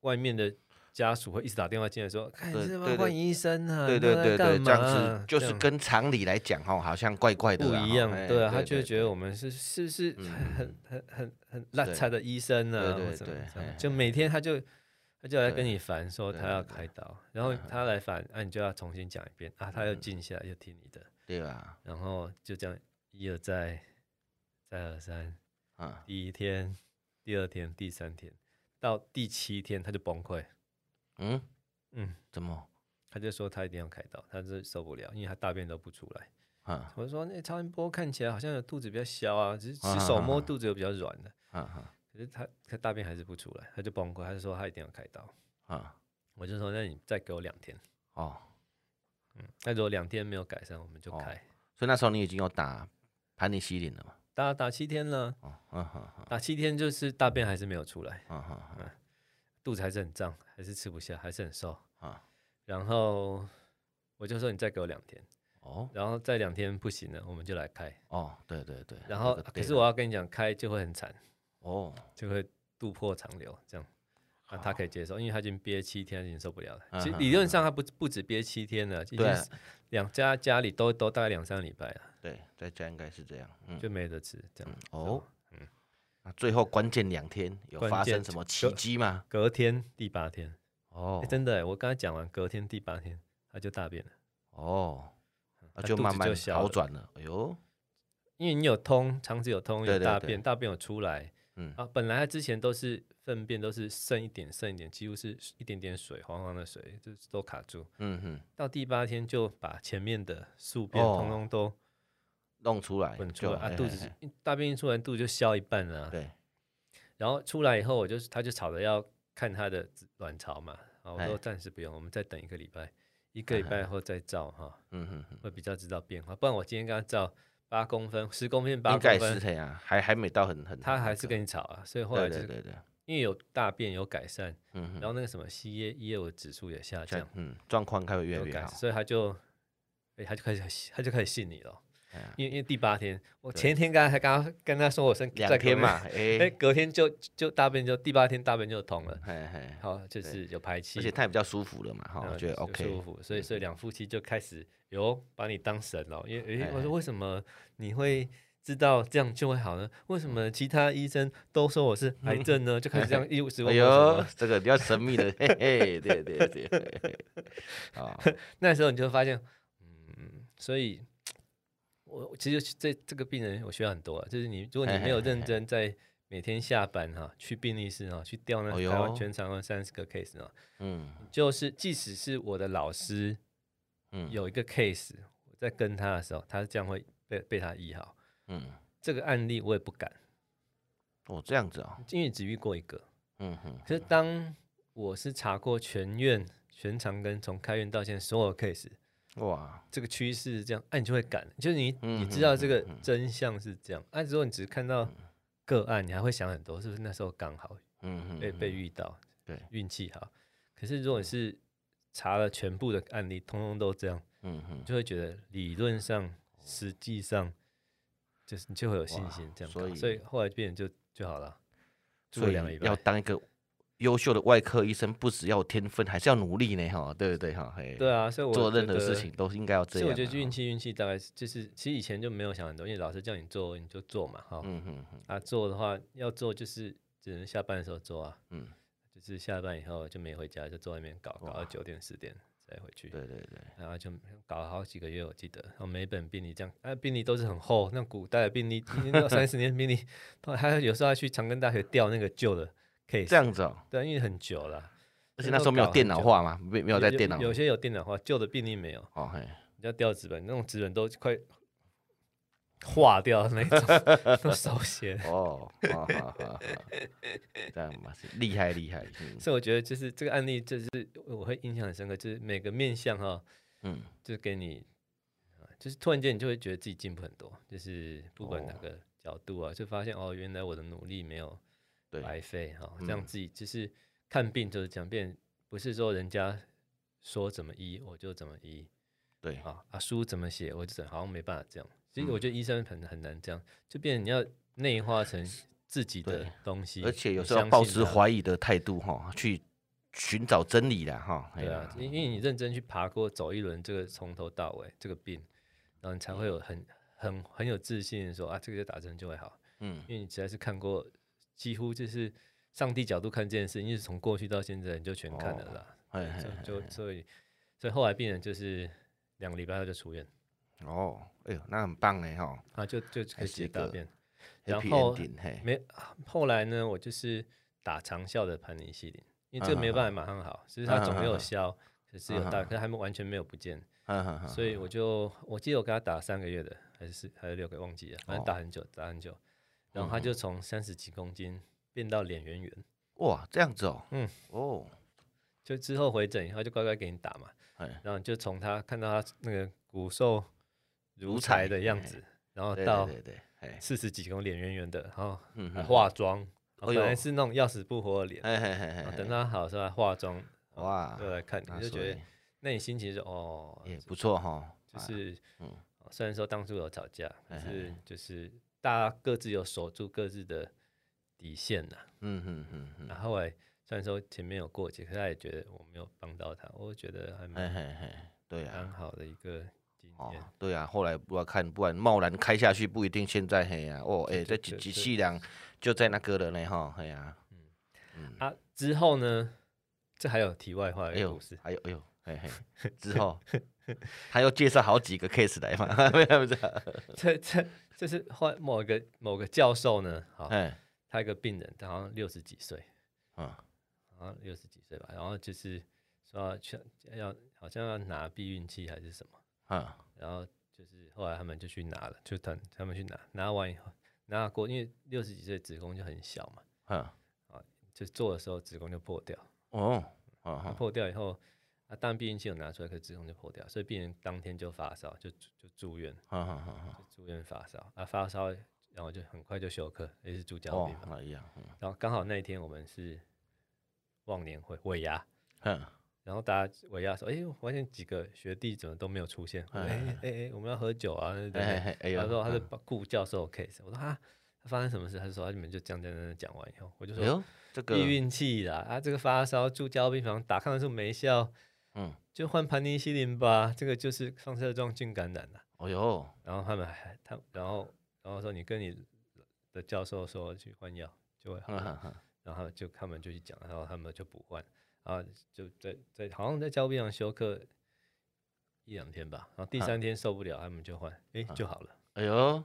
Speaker 2: 外面的家属会一直打电话进来说，看
Speaker 1: 对
Speaker 2: 你这
Speaker 1: 对对
Speaker 2: 帮换医生啊，
Speaker 1: 对
Speaker 2: 你
Speaker 1: 对
Speaker 2: 都在
Speaker 1: 对对，
Speaker 2: 干
Speaker 1: 这样
Speaker 2: 嘛啊嗯
Speaker 1: 子就是
Speaker 2: 这样
Speaker 1: 跟常理来讲，哈，好像怪怪的
Speaker 2: 不
Speaker 1: 啦，
Speaker 2: 一
Speaker 1: 哈
Speaker 2: 样，
Speaker 1: 哎
Speaker 2: 对啊，他就会觉
Speaker 1: 对
Speaker 2: 得我们是是不是
Speaker 1: 嗯
Speaker 2: 很很很很烂差的医生呢、
Speaker 1: 对
Speaker 2: 啊，
Speaker 1: 对
Speaker 2: 或怎么
Speaker 1: 对
Speaker 2: 怎么
Speaker 1: 嘿
Speaker 2: 就每天他就他就来
Speaker 1: 对
Speaker 2: 跟你烦说
Speaker 1: 对
Speaker 2: 他
Speaker 1: 对
Speaker 2: 要
Speaker 1: 对嗯
Speaker 2: 开刀，然后他来烦，啊，你就要重新讲一遍啊，他又静下来又听你的，
Speaker 1: 对啊吧？
Speaker 2: 然后就这样一而再，再而三，
Speaker 1: 啊，
Speaker 2: 第一天、第二天、第三天，到第七天他就崩溃，
Speaker 1: 嗯，
Speaker 2: 嗯，
Speaker 1: 怎么？
Speaker 2: 他就说他一定要开刀，他是受不了，因为他大便都不出来。
Speaker 1: 啊
Speaker 2: 我就说那超音波看起来好像有肚子比较小啊，只是
Speaker 1: 啊
Speaker 2: 只手摸
Speaker 1: 啊啊
Speaker 2: 肚子有比较软的，
Speaker 1: 啊啊
Speaker 2: 可是他他大便还是不出来，他就崩溃，他就说他一定要开刀。
Speaker 1: 啊，
Speaker 2: 我就说那你再给我两天，
Speaker 1: 哦，
Speaker 2: 那如果两天没有改善，我们就
Speaker 1: 哦
Speaker 2: 开。
Speaker 1: 所以那时候你已经有打盘尼西林了嘛？
Speaker 2: 打打七天了，
Speaker 1: 哦，嗯哼哼，
Speaker 2: 打七天就是大便还是没有出来，
Speaker 1: 嗯哼哼，
Speaker 2: 肚子还是很胀，还是吃不下，还是很瘦。
Speaker 1: 啊，
Speaker 2: 然后我就说你再给我两天，
Speaker 1: 哦
Speaker 2: 然后再两天不行了，我们就来开。
Speaker 1: 哦，对对对，
Speaker 2: 然后
Speaker 1: 这个啊
Speaker 2: 可
Speaker 1: 对
Speaker 2: 是
Speaker 1: 了
Speaker 2: 我要跟你讲，开就会很惨。
Speaker 1: 哦，
Speaker 2: 就会渡破长流这样。那、啊他可以接受，因为他已经憋七天，已经受不了了。
Speaker 1: 嗯
Speaker 2: 其实
Speaker 1: 哼
Speaker 2: 理论上他不不止憋七天了，已
Speaker 1: 对啊
Speaker 2: 经是两家家里都都大概两三个礼拜了，
Speaker 1: 对，在家应该是这样，嗯，
Speaker 2: 就没得吃这样。
Speaker 1: 哦，那最后关键两天有
Speaker 2: 关
Speaker 1: 发
Speaker 2: 键
Speaker 1: 生什么奇迹吗？
Speaker 2: 隔天第八天，
Speaker 1: 哦
Speaker 2: 诶哎真的诶，欸我刚才讲完，隔天第八天他就大便了，
Speaker 1: 哦，那
Speaker 2: 他
Speaker 1: 就
Speaker 2: 肚子
Speaker 1: 慢慢
Speaker 2: 就消
Speaker 1: 好
Speaker 2: 了
Speaker 1: 转了。哎呦，
Speaker 2: 因为你有通，肠子有通，有
Speaker 1: 对对
Speaker 2: 大
Speaker 1: 对
Speaker 2: 便，大便有出来
Speaker 1: 嗯，
Speaker 2: 啊。本来他之前都是粪便都是剩一点剩一点，几乎是一点点水，黄黄的水，就是都卡住。
Speaker 1: 嗯哼，
Speaker 2: 到第八天就把前面的宿便
Speaker 1: 哦
Speaker 2: 通通都、
Speaker 1: 弄出来
Speaker 2: 滚出
Speaker 1: 就
Speaker 2: 来啊，
Speaker 1: 嘿
Speaker 2: 肚
Speaker 1: 嘿
Speaker 2: 子
Speaker 1: 嘿
Speaker 2: 是一大便一出来，肚子就消一半了啊、
Speaker 1: 哎对，
Speaker 2: 然后出来以后，我就是他就吵着要看他的子卵巢嘛，啊，我
Speaker 1: 哎啊
Speaker 2: 说暂时不用，我们再等一个礼拜，一个礼拜后再照哈，
Speaker 1: 嗯哼哼，
Speaker 2: 会比较知道变化。不然我今天跟他照八公分、十公分、八
Speaker 1: 应
Speaker 2: 公
Speaker 1: 该也是
Speaker 2: 分，
Speaker 1: 这样，啊还还没到很很，
Speaker 2: 他
Speaker 1: 很
Speaker 2: 还
Speaker 1: 那
Speaker 2: 是
Speaker 1: 个
Speaker 2: 跟你吵啊。所以后来
Speaker 1: 对
Speaker 2: 就
Speaker 1: 对
Speaker 2: 是
Speaker 1: 对对，
Speaker 2: 因为有大便有改善，
Speaker 1: 嗯哼，
Speaker 2: 然后那个什么吸液液有指数也下
Speaker 1: 这
Speaker 2: 降
Speaker 1: 样，嗯状况开会越
Speaker 2: 有
Speaker 1: 来越
Speaker 2: 改
Speaker 1: 好
Speaker 2: 善，。所以他就，哎，他就开始他就开始信你了
Speaker 1: 哎呀。
Speaker 2: 因为因为第八天，我
Speaker 1: 对
Speaker 2: 前一天刚才还刚刚跟他说我生
Speaker 1: 两天嘛，哎
Speaker 2: 哎、，隔天就就大便就第八天大便就通了，
Speaker 1: 嘿嘿，
Speaker 2: 好，哎就是有排气，
Speaker 1: 而且他也比较舒服了嘛，哈，
Speaker 2: 呃
Speaker 1: 我觉得
Speaker 2: 就
Speaker 1: OK，嗯
Speaker 2: 舒服，所以所以两夫妻就开始有把你当神了，因为、
Speaker 1: 哎
Speaker 2: 诶，我说为什么你会知道这样就会好呢？为
Speaker 1: 嗯
Speaker 2: 什么其他医生都说我是癌症呢？就开始 这样一五十
Speaker 1: 哎
Speaker 2: 问我什
Speaker 1: 呦
Speaker 2: 么，，
Speaker 1: 这个比较神秘的，嘿嘿，对对对，嘿嘿啊，
Speaker 2: 那时候你就会发现，嗯，所以。我我其实这这个病人我学到很多啊，就是你如果你没
Speaker 1: 嘿嘿嘿
Speaker 2: 有
Speaker 1: 嘿
Speaker 2: 认真在每天下班哈、去病历室哈、去调那
Speaker 1: 哎呦
Speaker 2: 台湾全场有三十个 case 啊、
Speaker 1: 嗯
Speaker 2: 就是即使是我的老师
Speaker 1: 嗯，
Speaker 2: 有一个 case，我在跟他的时候，他这样会被被他医好。
Speaker 1: 嗯，
Speaker 2: 这个案例我也不敢，
Speaker 1: 哦，这样子哦，
Speaker 2: 因为只遇过一个。
Speaker 1: 嗯哼，
Speaker 2: 可是当我是查过全院、全长庚从开院到现在所有的 case，
Speaker 1: 哇，
Speaker 2: 这个趋势是这样，哎、你就会赶，就是你
Speaker 1: 嗯
Speaker 2: 你知道这个
Speaker 1: 嗯嗯嗯
Speaker 2: 真相是这样，哎、如果你只是看到个案，你还会想很多，是不是那时候刚好
Speaker 1: 嗯哼，
Speaker 2: 被被
Speaker 1: 嗯
Speaker 2: 遇到，
Speaker 1: 对
Speaker 2: 运气好。可是如果你是查了全部的案例，通通都这样，
Speaker 1: 嗯哼
Speaker 2: 你，就会觉得理论上、实际上，就是你就会有信心
Speaker 1: 哇
Speaker 2: 这样搞。
Speaker 1: 所
Speaker 2: 所
Speaker 1: 以
Speaker 2: 后来变就就好了，住
Speaker 1: 所
Speaker 2: 了
Speaker 1: 以
Speaker 2: 两个礼
Speaker 1: 要
Speaker 2: 拜。
Speaker 1: 当一个优秀的外科医生，不只要有天分，还是要努力呢，哈，对不对哈？嘿，
Speaker 2: 对啊，所以我
Speaker 1: 做任
Speaker 2: 觉
Speaker 1: 何事
Speaker 2: 得
Speaker 1: 情都是应该要这
Speaker 2: 所以
Speaker 1: 样啊。
Speaker 2: 我觉得运气运气大概是就是，其实以前就没有想很多，因为老师叫你做你就做嘛，哈、
Speaker 1: 嗯哼哼，
Speaker 2: 啊做的话要做就是只能下班的时候做啊，
Speaker 1: 嗯，
Speaker 2: 就是下班以后就没回家，就坐外面搞搞到
Speaker 1: 哇
Speaker 2: 九点十点再回去，
Speaker 1: 对对对，
Speaker 2: 然后就搞了好几个月，我记得，然后每一本病历这样，啊病历都是很厚，那古代的病历，今 天到三十年病历，他还有时候还去长庚大学调那个旧的 case，
Speaker 1: 这样子哦。
Speaker 2: 对，因为很久了，
Speaker 1: 而且那时候没有电脑化嘛，没没有在电脑。
Speaker 2: 有些有电脑化，旧的病历没有。
Speaker 1: 哦嘿，
Speaker 2: 你要掉纸本，那种纸本都快化掉的那 种，都手写。
Speaker 1: 哦， 好好好，好这样嘛，是厉害厉害。 嗯
Speaker 2: 所以我觉得就是这个案例，就是我会印象很深刻，就是每个面向哈、
Speaker 1: 嗯，
Speaker 2: 就是给你，呃就是突然间你就会觉得自己进步很多，就是不管哪
Speaker 1: 哦
Speaker 2: 个角度啊，就发现哦，原来我的努力没有
Speaker 1: 对，
Speaker 2: 白费哈、这样
Speaker 1: 嗯
Speaker 2: 自己就是看病就是讲变，不是说人家说怎么医我就怎么医，
Speaker 1: 对，嗯
Speaker 2: 啊啊，书怎么写，我就怎好像没办法这样。其实我觉得医生很很难这样，就变成你要内化成自己的
Speaker 1: 对
Speaker 2: 东西，
Speaker 1: 而且有
Speaker 2: 你
Speaker 1: 时候
Speaker 2: 相
Speaker 1: 抱
Speaker 2: 信
Speaker 1: 持
Speaker 2: 它。
Speaker 1: 怀疑的态度哈，去寻找真理啦哈。嘿
Speaker 2: 对啊，因因为你认真去爬过、走一轮这个从头到尾这个病，然后你才会有很很很有自信地说啊，这个就打针就会好，
Speaker 1: 嗯
Speaker 2: 因为你实在是看过，几乎就是上帝角度看这件事，因为从过去到现在你就全看了
Speaker 1: 哦
Speaker 2: 啦，
Speaker 1: 嘿嘿嘿
Speaker 2: 就就所以所以后来病人就是两个礼拜他就出院，
Speaker 1: 哦，哎呦，那很棒哎哈
Speaker 2: 啊，就就可
Speaker 1: 还
Speaker 2: 以
Speaker 1: 是
Speaker 2: 解
Speaker 1: 一
Speaker 2: 大
Speaker 1: 个
Speaker 2: 便。然
Speaker 1: ，Happy
Speaker 2: 后
Speaker 1: Ending 嘿，
Speaker 2: 没，后来呢，我就是打长效的盘尼西林，因
Speaker 1: 嗯
Speaker 2: 为这个没办法马上好，只是它总有消，可是有大，可是还没完全没有不见，
Speaker 1: 哈哈哈
Speaker 2: 所以我就我记得我给他打三个月的，还是四还是六个忘记了，
Speaker 1: 哦
Speaker 2: 反正打很久，打很久，然
Speaker 1: 嗯
Speaker 2: 后他就从三十几公斤变到脸圆圆，
Speaker 1: 哇，这样子哦，
Speaker 2: 嗯
Speaker 1: 嗯哦，
Speaker 2: 就之后回诊以后就乖乖给你打嘛，
Speaker 1: 哎，
Speaker 2: 然后就从他看到他那个骨瘦如
Speaker 1: 如
Speaker 2: 柴
Speaker 1: 柴
Speaker 2: 的样
Speaker 1: 哎
Speaker 2: 子，然后
Speaker 1: 对
Speaker 2: 到
Speaker 1: 对对对， 哎，
Speaker 2: 四十几公脸圆圆的，然后
Speaker 1: 嗯
Speaker 2: 还
Speaker 1: 哼
Speaker 2: 化妆，啊
Speaker 1: 哎
Speaker 2: 本来
Speaker 1: 呦哎
Speaker 2: 是那种要死不活的脸。
Speaker 1: 嘿嘿嘿嘿
Speaker 2: 啊
Speaker 1: 嘿，
Speaker 2: 等他好是吧？化妆
Speaker 1: 哇，
Speaker 2: 又来看你，
Speaker 1: 那
Speaker 2: 就
Speaker 1: 啊所
Speaker 2: 觉
Speaker 1: 以
Speaker 2: 得那你心情是哦，
Speaker 1: 也不错哈，
Speaker 2: 就
Speaker 1: 啊
Speaker 2: 是
Speaker 1: 嗯哎
Speaker 2: 哦虽然说当初有吵架，可
Speaker 1: 嘿嘿
Speaker 2: 是就是大家各自有守住各自的底线呐。
Speaker 1: 嗯哼哼哼，
Speaker 2: 然后后来虽然说前面有过节，可是他也觉得我没有帮到他，我觉得还
Speaker 1: 嘿
Speaker 2: 蛮
Speaker 1: 嘿嘿，对啊，
Speaker 2: 蛮好的一个经
Speaker 1: 哎哦
Speaker 2: 验。，
Speaker 1: 对啊，后来不要看，不然贸然开下去不一定现在嘿呀、哦，哎、这
Speaker 2: 对
Speaker 1: 几
Speaker 2: 对
Speaker 1: 几
Speaker 2: 对
Speaker 1: 细粮就在那个了呢哈，嘿呀、
Speaker 2: 啊，之后呢，这还有题外话
Speaker 1: 嗯哎
Speaker 2: 的
Speaker 1: 呦
Speaker 2: 故事，，
Speaker 1: 哎呦，哎呦，嘿 嘿，之后他又介绍好几个 case 来嘛， 没有不是啊，
Speaker 2: 这这这是后来某一个某个教授呢，好，
Speaker 1: 哎，
Speaker 2: 他一个病人，他好像六十几岁。
Speaker 1: 嗯，
Speaker 2: 好像六十几岁吧，然后就是说要去要好像要拿避孕器还是什么，
Speaker 1: 嗯，
Speaker 2: 然后就是后来他们就去拿了，就他他们去拿，拿完以后拿过，因为六十几岁子宫就很小嘛，
Speaker 1: 嗯，
Speaker 2: 就做的时候子宫就破掉，
Speaker 1: 哦，
Speaker 2: 那
Speaker 1: 哦，
Speaker 2: 破掉以后，啊，当然避孕器有拿出来，可是子宫就破掉，所以病人当天就发烧，就就就住院，
Speaker 1: 好好好好，
Speaker 2: 就住院发烧，啊发烧，然后就很快就休克，也是住家
Speaker 1: 哦
Speaker 2: 病，房，
Speaker 1: 那一样，嗯
Speaker 2: 然后刚好那一天我们是忘年会尾牙。
Speaker 1: 嗯，
Speaker 2: 然后大家围压说：“哎、我发现几个学弟怎么都没有出现？我说哎哎哎，我们要喝酒啊！”对不
Speaker 1: 哎哎
Speaker 2: 对？
Speaker 1: 哎哎呦，
Speaker 2: 他说他是
Speaker 1: 嗯
Speaker 2: 顾教授的 case，我说啊，发生什么事？他就说啊他你们就这样这样这样讲完以后，我就
Speaker 1: 哎
Speaker 2: 说
Speaker 1: 呦，这个
Speaker 2: 避，孕器啦啊，这个发烧住交病房打抗生素没效，
Speaker 1: 嗯，
Speaker 2: 就换盘尼西林吧，这个就是放射状菌感染了、
Speaker 1: 哎呦，
Speaker 2: 然后他们还他然后然后说你跟你的教授说去换药就会好
Speaker 1: 嗯
Speaker 2: 了。
Speaker 1: 哼哼，
Speaker 2: 然后就他们就去讲，然后他们就不换，然后就在在好像在交边上休克一两天吧，然后第
Speaker 1: 啊
Speaker 2: 三天受不了，他们就换，诶，就好了。
Speaker 1: 哎呦，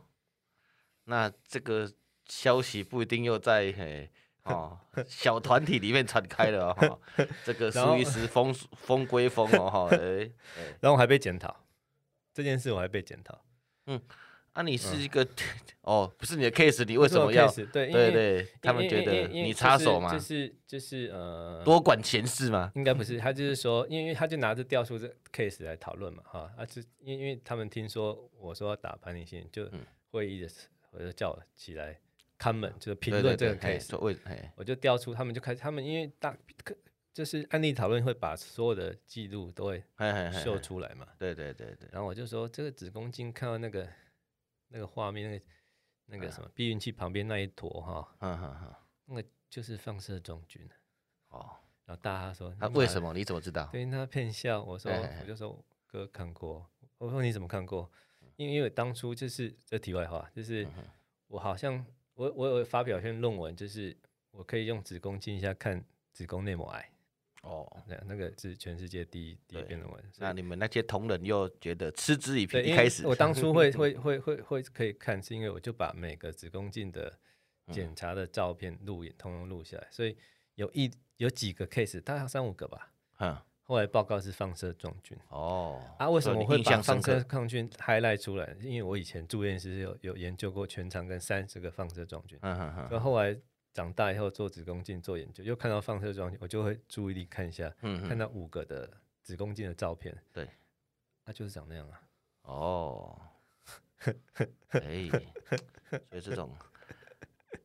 Speaker 1: 那这个消息不一定又在嘿哦小团体里面传开了哦， 哈这个
Speaker 2: 然
Speaker 1: 苏医
Speaker 2: 后
Speaker 1: 师风风归风哦哈，哎
Speaker 2: 然后我还被检讨这件事，我还被检讨，
Speaker 1: 啊，你是一个哦，不是你的 case，你为什么要？
Speaker 2: case，对，因为
Speaker 1: 对对，他们觉得你插手嘛
Speaker 2: 就，是嗯就是呃，
Speaker 1: 多管闲事嘛。
Speaker 2: 应该不是，他就是说，因为因为他就拿着调出这 case 来讨论嘛，哈，啊，就因为因为他们听说我说要打盘尼线，就
Speaker 1: 嗯
Speaker 2: 会议的时候我就叫我起来 comment，就是评
Speaker 1: 对嗯对
Speaker 2: 论这
Speaker 1: 对，
Speaker 2: 个
Speaker 1: 嘿
Speaker 2: case，
Speaker 1: 说为嘿
Speaker 2: 我就调出他们就开始，他们因为大就是案例讨论会把所有的记录都会
Speaker 1: 嘿嘿嘿
Speaker 2: 秀
Speaker 1: 嘿，
Speaker 2: 出来嘛，
Speaker 1: 对对对对，
Speaker 2: 然后我就说这个子宫镜看到那个那个画面，那个那个什
Speaker 1: 啊
Speaker 2: 么避孕器旁边那一坨哈，
Speaker 1: 嗯哼哼，
Speaker 2: 就是放射状菌，
Speaker 1: 哦，
Speaker 2: 然后大家说
Speaker 1: 那为
Speaker 2: 么？
Speaker 1: 什么？你怎么知道？
Speaker 2: 嗯对，他骗笑，我说
Speaker 1: 哎哎哎
Speaker 2: 我就说哥看过，我说你怎么看过？因为因为当初就是这题外话，
Speaker 1: 嗯
Speaker 2: 就是我好像我我有发表一篇论文，就是我可以用子宫镜下看子宫内膜癌，
Speaker 1: 哦，
Speaker 2: 那那个是全世界第一第一
Speaker 1: 对
Speaker 2: 篇论文。所以
Speaker 1: 那你们那些同仁又觉得嗤之以鼻，
Speaker 2: 对，因
Speaker 1: 一
Speaker 2: 为
Speaker 1: 开始
Speaker 2: 我当 初会会会会会可以看，是因为我就把每个子宫镜的
Speaker 1: 嗯
Speaker 2: 检查的照片录影，通通录下来，所以有一有几个 case，大概三五个吧。
Speaker 1: 嗯，
Speaker 2: 后来报告是放射状菌。
Speaker 1: 哦，
Speaker 2: 啊，为什
Speaker 1: 所以
Speaker 2: 么
Speaker 1: 你
Speaker 2: 会
Speaker 1: 印
Speaker 2: 把
Speaker 1: 象
Speaker 2: 放
Speaker 1: 深
Speaker 2: 射
Speaker 1: 刻？
Speaker 2: 抗菌 highlight 出来？因为我以前住院时有有研究过全肠跟三十个放射状菌，
Speaker 1: 嗯哼
Speaker 2: 所
Speaker 1: 哼，
Speaker 2: 以后来长大以后做子宫镜做研究，又看到放射状菌，我就会注意力看一下，
Speaker 1: 嗯
Speaker 2: 看
Speaker 1: 哼，
Speaker 2: 到五个的子宫镜的照片，
Speaker 1: 对，
Speaker 2: 它、就是长那样啊。
Speaker 1: 哦，哎，所以这种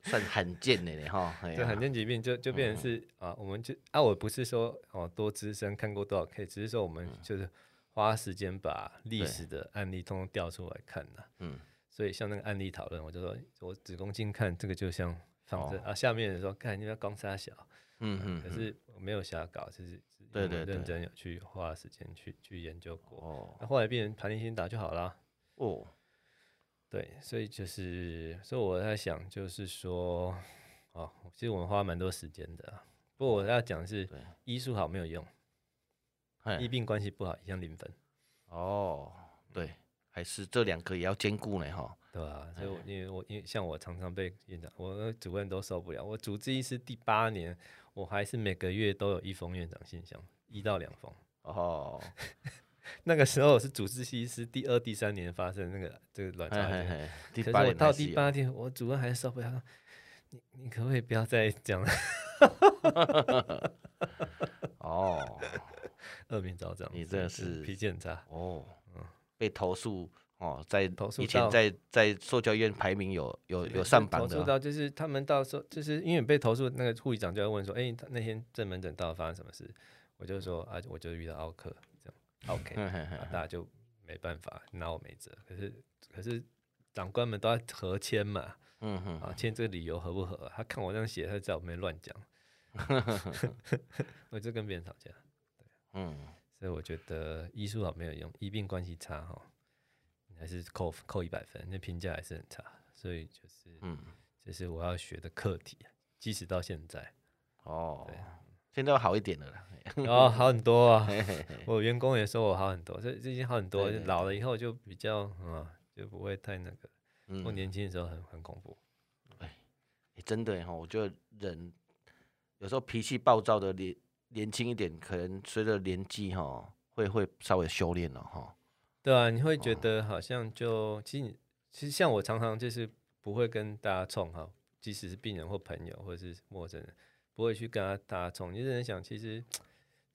Speaker 1: 算罕见的呢哈，哎
Speaker 2: 就
Speaker 1: 呀
Speaker 2: 罕见疾病就就
Speaker 1: 嗯
Speaker 2: 变成是、啊，我们就啊，我不是说哦多资深看过多少 K，只是说我们就是花时间把
Speaker 1: 嗯
Speaker 2: 历
Speaker 1: 对
Speaker 2: 史的案例通通调出来看的、
Speaker 1: 嗯，
Speaker 2: 所以像那个案例讨论，我就说我子宫镜看这个就像放着、
Speaker 1: 哦
Speaker 2: 啊，下面人说看你要光杀小，
Speaker 1: 嗯嗯，
Speaker 2: 可
Speaker 1: 嗯
Speaker 2: 是我没有瞎搞，就是是
Speaker 1: 对
Speaker 2: 因为
Speaker 1: 对
Speaker 2: 我
Speaker 1: 对
Speaker 2: 认真有去花时间去去研究过。
Speaker 1: 哦
Speaker 2: 那后来变成盘尼星打就好啦。
Speaker 1: 哦，
Speaker 2: 对，所以就是，所以我在想，就是说，哦，其实我们花蛮多时间的啊、不过我要讲的是
Speaker 1: 对，哎
Speaker 2: 医术好没有用，医
Speaker 1: 嘿，
Speaker 2: 病关系不好一样零分，
Speaker 1: 哦，对，还是这两个也要兼顾呢哈，
Speaker 2: 对吧、
Speaker 1: 哎
Speaker 2: 所以我因为我因为像我常常被院长、我的主任都受不了。我主治医师第八年，我还是每个月都有一封院长信箱，一到两封。
Speaker 1: 哦，
Speaker 2: 那个时候我是主治医师第二、第三年发生那个这个卵巢
Speaker 1: 嘿嘿
Speaker 2: 癌症，
Speaker 1: 嘿，哎第
Speaker 2: 哦可
Speaker 1: 八
Speaker 2: 是我
Speaker 1: 年
Speaker 2: 到
Speaker 1: 还是
Speaker 2: 第
Speaker 1: 有
Speaker 2: 八天，我主任还受不了，他说你你可不可以不要再讲了
Speaker 1: 哦
Speaker 2: 恶名昭彰？
Speaker 1: 你真的
Speaker 2: 就是嗯脾气很差。
Speaker 1: 哦，被投诉哦，在
Speaker 2: 投诉
Speaker 1: 以前
Speaker 2: 到
Speaker 1: 在在塑胶院排名有有有上榜
Speaker 2: 投
Speaker 1: 的
Speaker 2: 诉
Speaker 1: 哦，
Speaker 2: 到就是他们到时候就是因为被投诉，那个护理长就要问说，哎、他那天正门诊到底发生什么事？我就说啊，我就遇到奥克这样，OK，、
Speaker 1: 嘿嘿嘿
Speaker 2: 啊、大家就没办法，拿我没辙。可是可是长官们都要合签嘛，
Speaker 1: 嗯哼，
Speaker 2: 啊，签这个理由合不合啊、他看我这样写，他就在我面乱 讲， 我就跟别人吵架。
Speaker 1: 嗯，
Speaker 2: 所以我觉得医术好没有用，医病关系差哈，你还是扣扣一百分，那评价还是很差。所以就是，
Speaker 1: 嗯，
Speaker 2: 这是我要学的课题，即使到现 在，
Speaker 1: 哦，现在要好一点了啦，
Speaker 2: 然后好很多啊。
Speaker 1: 嘿嘿嘿
Speaker 2: 我员工也说我好很多，这这已经好很多，
Speaker 1: 对对对
Speaker 2: 老了以后就比较嗯，就不会太那个。我
Speaker 1: 嗯，
Speaker 2: 年轻的时候很很恐怖，
Speaker 1: 欸真的哈，我觉得人有时候脾气暴躁的年年轻一点，可能随着年纪哈，会会稍微修炼了哦哈，
Speaker 2: 对啊，你会
Speaker 1: 哦
Speaker 2: 觉得好像就其实你其实像我常常就是不会跟大家冲哈，即使是病人或朋友或者是陌生人，不会去跟他大家冲。你认真想，其实这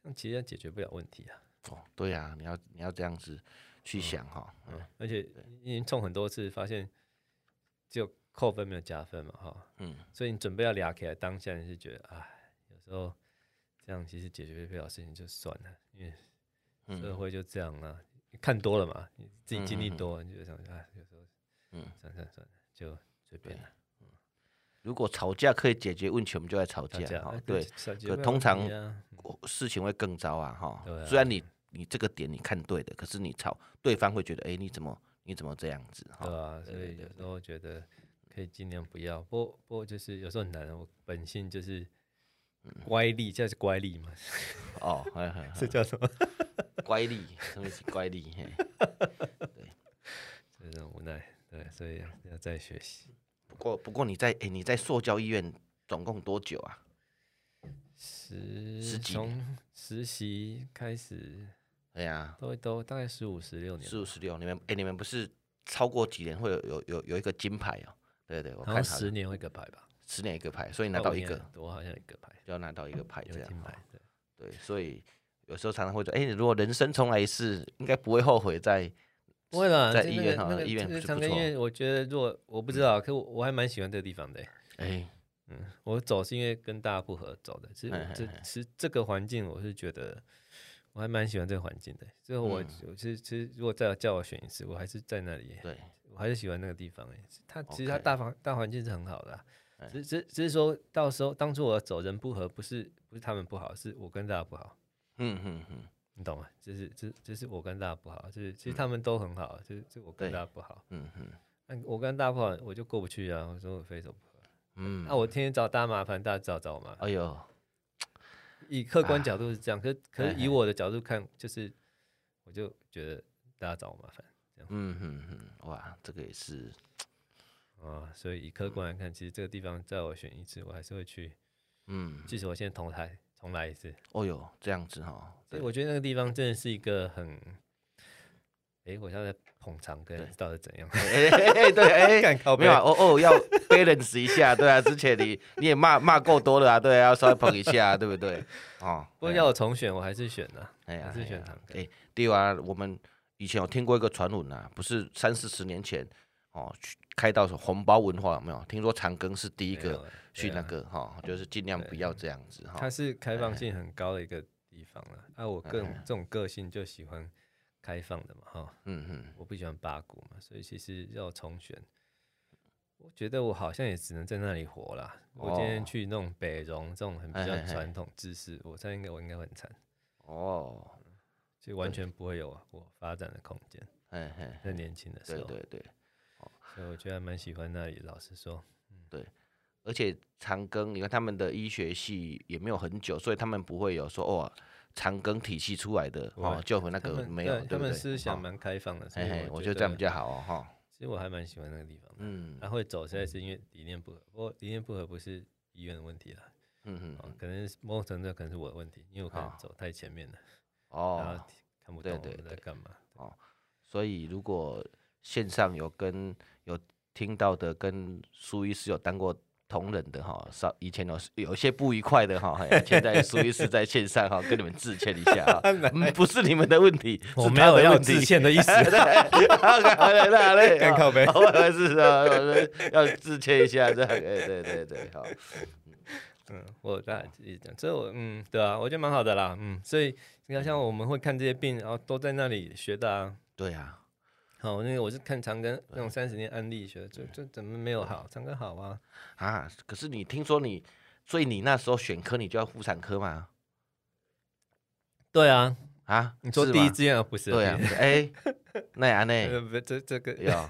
Speaker 2: 样其实也解决不了问题啊。
Speaker 1: 哦，对呀、啊，你要你要这样子去想哈，嗯
Speaker 2: 而且已经冲很多次，发现只有扣分没有加分嘛哈。
Speaker 1: 嗯，
Speaker 2: 所以你准备要俩起来，当下你是觉得哎，有时候这样其实解决不了事情就算了，因为
Speaker 1: 嗯
Speaker 2: 社会就这样了、你看多了嘛，你自己经历
Speaker 1: 嗯嗯嗯
Speaker 2: 多了，你就想啊，有时候
Speaker 1: 嗯
Speaker 2: 算算算了，就随便了。
Speaker 1: 如果吵架可以解决问题，我们就来吵
Speaker 2: 大
Speaker 1: 架
Speaker 2: 家
Speaker 1: 哈
Speaker 2: 哎，
Speaker 1: 对，
Speaker 2: 小姐
Speaker 1: 可
Speaker 2: 妹
Speaker 1: 通
Speaker 2: 问
Speaker 1: 常
Speaker 2: 题啊
Speaker 1: 事情会更糟啊哈
Speaker 2: 对。
Speaker 1: 虽然你你这个点你看对的，可是你吵对方会觉得，哎、你怎么你怎么这样子
Speaker 2: 对
Speaker 1: 哈？
Speaker 2: 啊，所以有时候觉得可以尽量不要，不过不过就是有时候很难，啊我本性就是
Speaker 1: 嗯
Speaker 2: 乖戾，这是 乖戾嘛，
Speaker 1: 哦，嘿嘿嘿
Speaker 2: 这叫什么？
Speaker 1: 乖戾，什么意思？乖戾，嘿。
Speaker 2: 这种无奈，对，所以要要再学习。
Speaker 1: 不过不过你在哎、你在塑胶医院总共多久啊？
Speaker 2: 十
Speaker 1: 十几
Speaker 2: 从实习开始
Speaker 1: 哎呀、
Speaker 2: 都都大概十五十六年
Speaker 1: 四，五十六，你们哎、你们不是超过几年会有有有有一个金牌哦。对对，我
Speaker 2: 然
Speaker 1: 看
Speaker 2: 后
Speaker 1: 好
Speaker 2: 十
Speaker 1: 像
Speaker 2: 年有一个牌吧，
Speaker 1: 十年一个牌，所以拿到一个
Speaker 2: 哦，我好像有一个牌，
Speaker 1: 就要拿到一个牌
Speaker 2: 有
Speaker 1: 这样
Speaker 2: 金
Speaker 1: 哦。
Speaker 2: 牌，对，
Speaker 1: 对，所以有时候常常会说，哎、你如果人生重来一次，应该不会后悔在。
Speaker 2: 不会啦，
Speaker 1: 在
Speaker 2: 这
Speaker 1: 医
Speaker 2: 那
Speaker 1: 院
Speaker 2: 个
Speaker 1: 好
Speaker 2: 那
Speaker 1: 像
Speaker 2: 个
Speaker 1: 医院
Speaker 2: 这
Speaker 1: 不
Speaker 2: 个
Speaker 1: 是
Speaker 2: 长
Speaker 1: 不
Speaker 2: 庚医
Speaker 1: 错哦
Speaker 2: 院，我觉得如果我不知道，可我我还蛮喜欢这个地方的欸。
Speaker 1: 哎、
Speaker 2: 嗯，我走是因为跟大家不合走的，其实
Speaker 1: 嘿
Speaker 2: 我
Speaker 1: 嘿
Speaker 2: 这
Speaker 1: 嘿
Speaker 2: 其实这个环境我是觉得我还蛮喜欢这个环境的。最后我、
Speaker 1: 嗯
Speaker 2: 我其实其实如果再叫我选一次，我还是在那里，
Speaker 1: 对，
Speaker 2: 我还是喜欢那个地方诶。欸它其实它
Speaker 1: OK
Speaker 2: 大环大环境是很好的啊、
Speaker 1: 哎
Speaker 2: 只只只是说到时候当初我走人不合，不是不是他们不好，是我跟大家不好，
Speaker 1: 嗯嗯嗯，
Speaker 2: 你懂吗？就是就是就是我跟大家不好，就是其实他们都很好，就是就是我跟
Speaker 1: 对
Speaker 2: 大家不好，
Speaker 1: 嗯嗯
Speaker 2: 那我跟大家不好我就过不去啊，我说我非走不可。
Speaker 1: 嗯，
Speaker 2: 那、我天天找大家麻烦，大家只好找我麻烦。
Speaker 1: 哎呦，
Speaker 2: 以客观角度是这样，可可是
Speaker 1: 哎
Speaker 2: 以
Speaker 1: 哎
Speaker 2: 我的角度看，就是我就觉得大家找我麻烦
Speaker 1: 嗯嗯嗯，哇，这个也是，
Speaker 2: 啊、所以以客观来看，其实这个地方在我选一次，我还是会去，
Speaker 1: 嗯，
Speaker 2: 即使我现在重来重来一次，
Speaker 1: 哦呦，这样子哈，
Speaker 2: 所
Speaker 1: 对
Speaker 2: 以我觉得那个地方真的是一个很，诶，我像在捧场跟
Speaker 1: 对
Speaker 2: 到底怎样？
Speaker 1: 哎哎哎，对，哎、
Speaker 2: 干靠
Speaker 1: 没
Speaker 2: 背
Speaker 1: 有、啊，哦哦，要 balance 一下，对啊，之前你你也骂骂够多了啊，对啊，要稍微捧一下，对不对？哦，
Speaker 2: 不过
Speaker 1: 哎呀
Speaker 2: 要我重选，我还是选啊了、
Speaker 1: 哎呀，
Speaker 2: 还是
Speaker 1: 哎
Speaker 2: 选
Speaker 1: 呀
Speaker 2: 堂哥
Speaker 1: 哎，对啊，我们以前有听过一个传闻啊，不是三四十年前哦，去开到什么红包文化有没有？听说长庚是第一
Speaker 2: 没有
Speaker 1: 个
Speaker 2: 啊
Speaker 1: 去
Speaker 2: 对
Speaker 1: 那
Speaker 2: 啊
Speaker 1: 个哈、就是尽量不
Speaker 2: 对
Speaker 1: 要这样子哈
Speaker 2: 它。是开放性很高的一个地方了。啊，我更
Speaker 1: 哎
Speaker 2: 这种个性就喜欢开放的嘛，哈、
Speaker 1: 嗯嗯，
Speaker 2: 我不喜欢八股嘛，所以其实要重选，我觉得我好像也只能在那里活啦。我今天
Speaker 1: 哦
Speaker 2: 去那种北荣这种很比
Speaker 1: 哎
Speaker 2: 较
Speaker 1: 嘿嘿
Speaker 2: 传统知识，我猜应该我应该会很惨，
Speaker 1: 哦，
Speaker 2: 就完
Speaker 1: 对
Speaker 2: 全不会有我发展的空间。
Speaker 1: 嘿嘿，
Speaker 2: 在年轻的时
Speaker 1: 对
Speaker 2: 候，
Speaker 1: 对对，
Speaker 2: 所以我觉得还蛮喜欢那里。老实说，
Speaker 1: 而且长庚，你看他们的医学系也没有很久，所以他们不会有说哦，长庚体系出来的
Speaker 2: 不会
Speaker 1: 哦，就和那
Speaker 2: 他
Speaker 1: 个
Speaker 2: 们
Speaker 1: 没
Speaker 2: 对
Speaker 1: 有，对
Speaker 2: 他
Speaker 1: 不
Speaker 2: 们
Speaker 1: 对？
Speaker 2: 思想
Speaker 1: 哦
Speaker 2: 蛮开放的，所
Speaker 1: 嘿嘿
Speaker 2: 以，
Speaker 1: 我
Speaker 2: 我
Speaker 1: 觉得这样
Speaker 2: 得啊
Speaker 1: 比较好哦，哈，
Speaker 2: 其实我还蛮喜欢那个地方的。
Speaker 1: 嗯
Speaker 2: 然后会走，实在是因为理念不合。不过理念不合不是医院的问题啦，
Speaker 1: 嗯嗯哦
Speaker 2: 啊
Speaker 1: 嗯，，
Speaker 2: 可能是某种程度可能是我的问题，因为我可能
Speaker 1: 好
Speaker 2: 走太前面了。然
Speaker 1: 哦
Speaker 2: 后，看不
Speaker 1: 对
Speaker 2: 懂我
Speaker 1: 对
Speaker 2: 们在
Speaker 1: 对
Speaker 2: 干嘛。
Speaker 1: 所以如果线上有跟有听到的跟苏医师有当过同仁的哈，稍以前有有一些不愉快的哈，嘿现在苏医师在线上哈跟你们致歉一下哈， 嗯不是你们的问题，
Speaker 2: 我
Speaker 1: 是
Speaker 2: 没
Speaker 1: 他
Speaker 2: 有
Speaker 1: 的
Speaker 2: 要
Speaker 1: 问题
Speaker 2: 致歉的 意思
Speaker 1: 对对对对，
Speaker 2: 干靠背
Speaker 1: 好哦我以为是说我说要致歉一下这样，哎对对对，好，
Speaker 2: 嗯，我大概自己讲，所以我嗯，对啊，我觉得蛮好的啦，嗯，所以你看，像我们会看这些病，然后都在那里学的啊。
Speaker 1: 对呀，
Speaker 2: 好，那个我是看长庚那种三十年案例学的，就就怎么没有好，长庚好啊。
Speaker 1: 啊，可是你听说你，所以你那时候选科你就要妇产科吗？
Speaker 2: 对啊，
Speaker 1: 啊，
Speaker 2: 你说
Speaker 1: 是
Speaker 2: 第一
Speaker 1: 吗
Speaker 2: 志愿啊不是？
Speaker 1: 对啊， 哎，那也安 内。
Speaker 2: 呃，不，这这个，
Speaker 1: 有，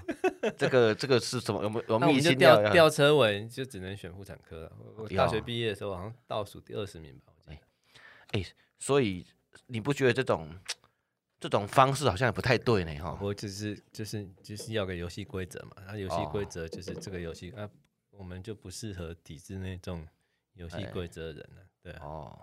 Speaker 1: 这个这个是什么？有没有有
Speaker 2: 那
Speaker 1: 没有
Speaker 2: 我们
Speaker 1: 一哦
Speaker 2: 就
Speaker 1: 心
Speaker 2: 吊
Speaker 1: 要？
Speaker 2: 吊车尾，就只能选妇产科了。我我大学
Speaker 1: 有
Speaker 2: 毕业的时候好像倒数第二十名吧，我记得。
Speaker 1: 所以你不觉得这种这种方式好像也不太对呢？哈，
Speaker 2: 我就是就是就是要个游戏规则嘛，然后游戏
Speaker 1: 哦
Speaker 2: 规则就是这个游戏啊，我们就不适合体制那种游戏
Speaker 1: 哎
Speaker 2: 规则的人了、对啊，
Speaker 1: 哦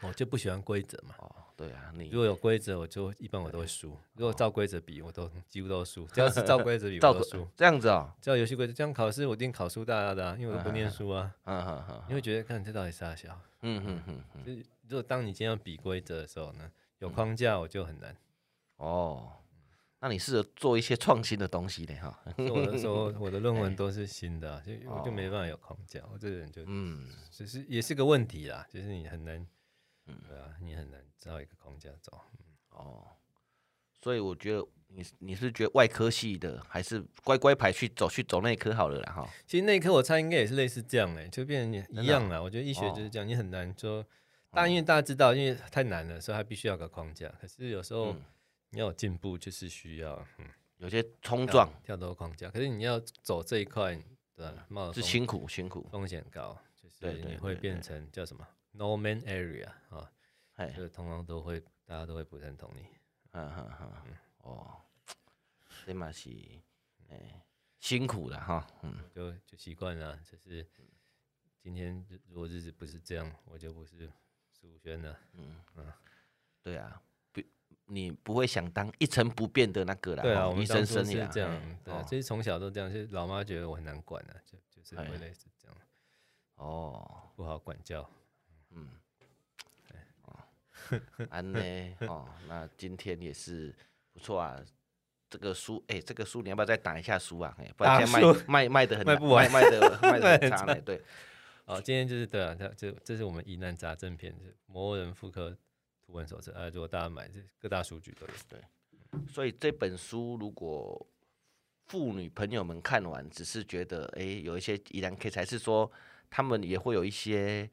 Speaker 2: 我就不喜欢规则嘛。
Speaker 1: 哦，哎对啊，
Speaker 2: 如
Speaker 1: 你
Speaker 2: 果有规则，我就一般我都会输。如果照规则比，我都几乎都输。只要是照规则比，
Speaker 1: 哦照
Speaker 2: 我都输。
Speaker 1: 这样子哦，
Speaker 2: 只要游戏规则，这样考试我一定考输大家的、啊，因为我都不念书啊。
Speaker 1: 嗯哼哼，
Speaker 2: 你会觉得，看这到底啥小？
Speaker 1: 嗯哼哼哼，
Speaker 2: 就是如果当你今天要比规则的时候呢，有框架我就很难。
Speaker 1: 哦，那你适合做一些创新的东西的哈，
Speaker 2: 所以我的时候，我的论
Speaker 1: 哎
Speaker 2: 文都是新的啊、就我
Speaker 1: 哦
Speaker 2: 就没办法有框架。我这个人就
Speaker 1: 嗯，
Speaker 2: 只是也是个问题啦，就是你很难，对啊，你很难照一个框架走。
Speaker 1: 哦，所以我觉得你你是觉得外科系的还是乖乖牌去走去走内科好了啦哈，
Speaker 2: 其实那一科我猜应该也是类似这样哎、就变成你
Speaker 1: 的啊哦
Speaker 2: 一样啦。我觉得医学就是这样，你很难说，大因为大家知道，因为太难了，所以它必须要有个框架。可是有时候
Speaker 1: 嗯
Speaker 2: 你要有进步，就是需要嗯
Speaker 1: 有些冲撞
Speaker 2: 跳脱框架。可是你要走这一
Speaker 1: 嗯
Speaker 2: 块，对吧、冒的
Speaker 1: 是
Speaker 2: 风
Speaker 1: 辛苦辛苦，
Speaker 2: 风险高，就
Speaker 1: 对
Speaker 2: 是
Speaker 1: 对
Speaker 2: 你会
Speaker 1: 对
Speaker 2: 变成叫什么 no man area 啊，
Speaker 1: 哎
Speaker 2: 就，是通常都会大家都会不认同你。
Speaker 1: 嗯哼哼，哦，这嘛是，哎、辛苦了哈，嗯，
Speaker 2: 就就习惯了，啊就是今天就如果日子不是这样，我就不是苏轩了。
Speaker 1: 对啊，不你不会想当一成不变的那个啦，
Speaker 2: 对啊，
Speaker 1: 哦
Speaker 2: 我
Speaker 1: 医
Speaker 2: 们
Speaker 1: 生
Speaker 2: 当初
Speaker 1: 生
Speaker 2: 是
Speaker 1: 涯
Speaker 2: 这样
Speaker 1: 嘿，
Speaker 2: 对啊
Speaker 1: 哦，
Speaker 2: 其实从小都这样，就是老妈觉得我很难管啊，就就是
Speaker 1: 哎
Speaker 2: 会类似这样，
Speaker 1: 哦，
Speaker 2: 不好管教。
Speaker 1: 嗯，哦，安呢，哦，那今天也是不错啊。这个书，哎、这个书你要不要再打一下书啊？哎、不然
Speaker 2: 打
Speaker 1: 现在
Speaker 2: 书
Speaker 1: 卖卖卖的很
Speaker 2: 卖
Speaker 1: 难
Speaker 2: 不完
Speaker 1: 卖 的卖的
Speaker 2: 卖
Speaker 1: 很
Speaker 2: 很
Speaker 1: 差呢。对，
Speaker 2: 哦，今天就是对啊，这这这是我们疑难杂症篇，就是魔人妇科图文手册，呃，如果大家买，这各大书局都有。
Speaker 1: 所以这本书如果妇女朋友们看完，只是觉得哎、诶有一些疑难 case，还是说他们也会有一些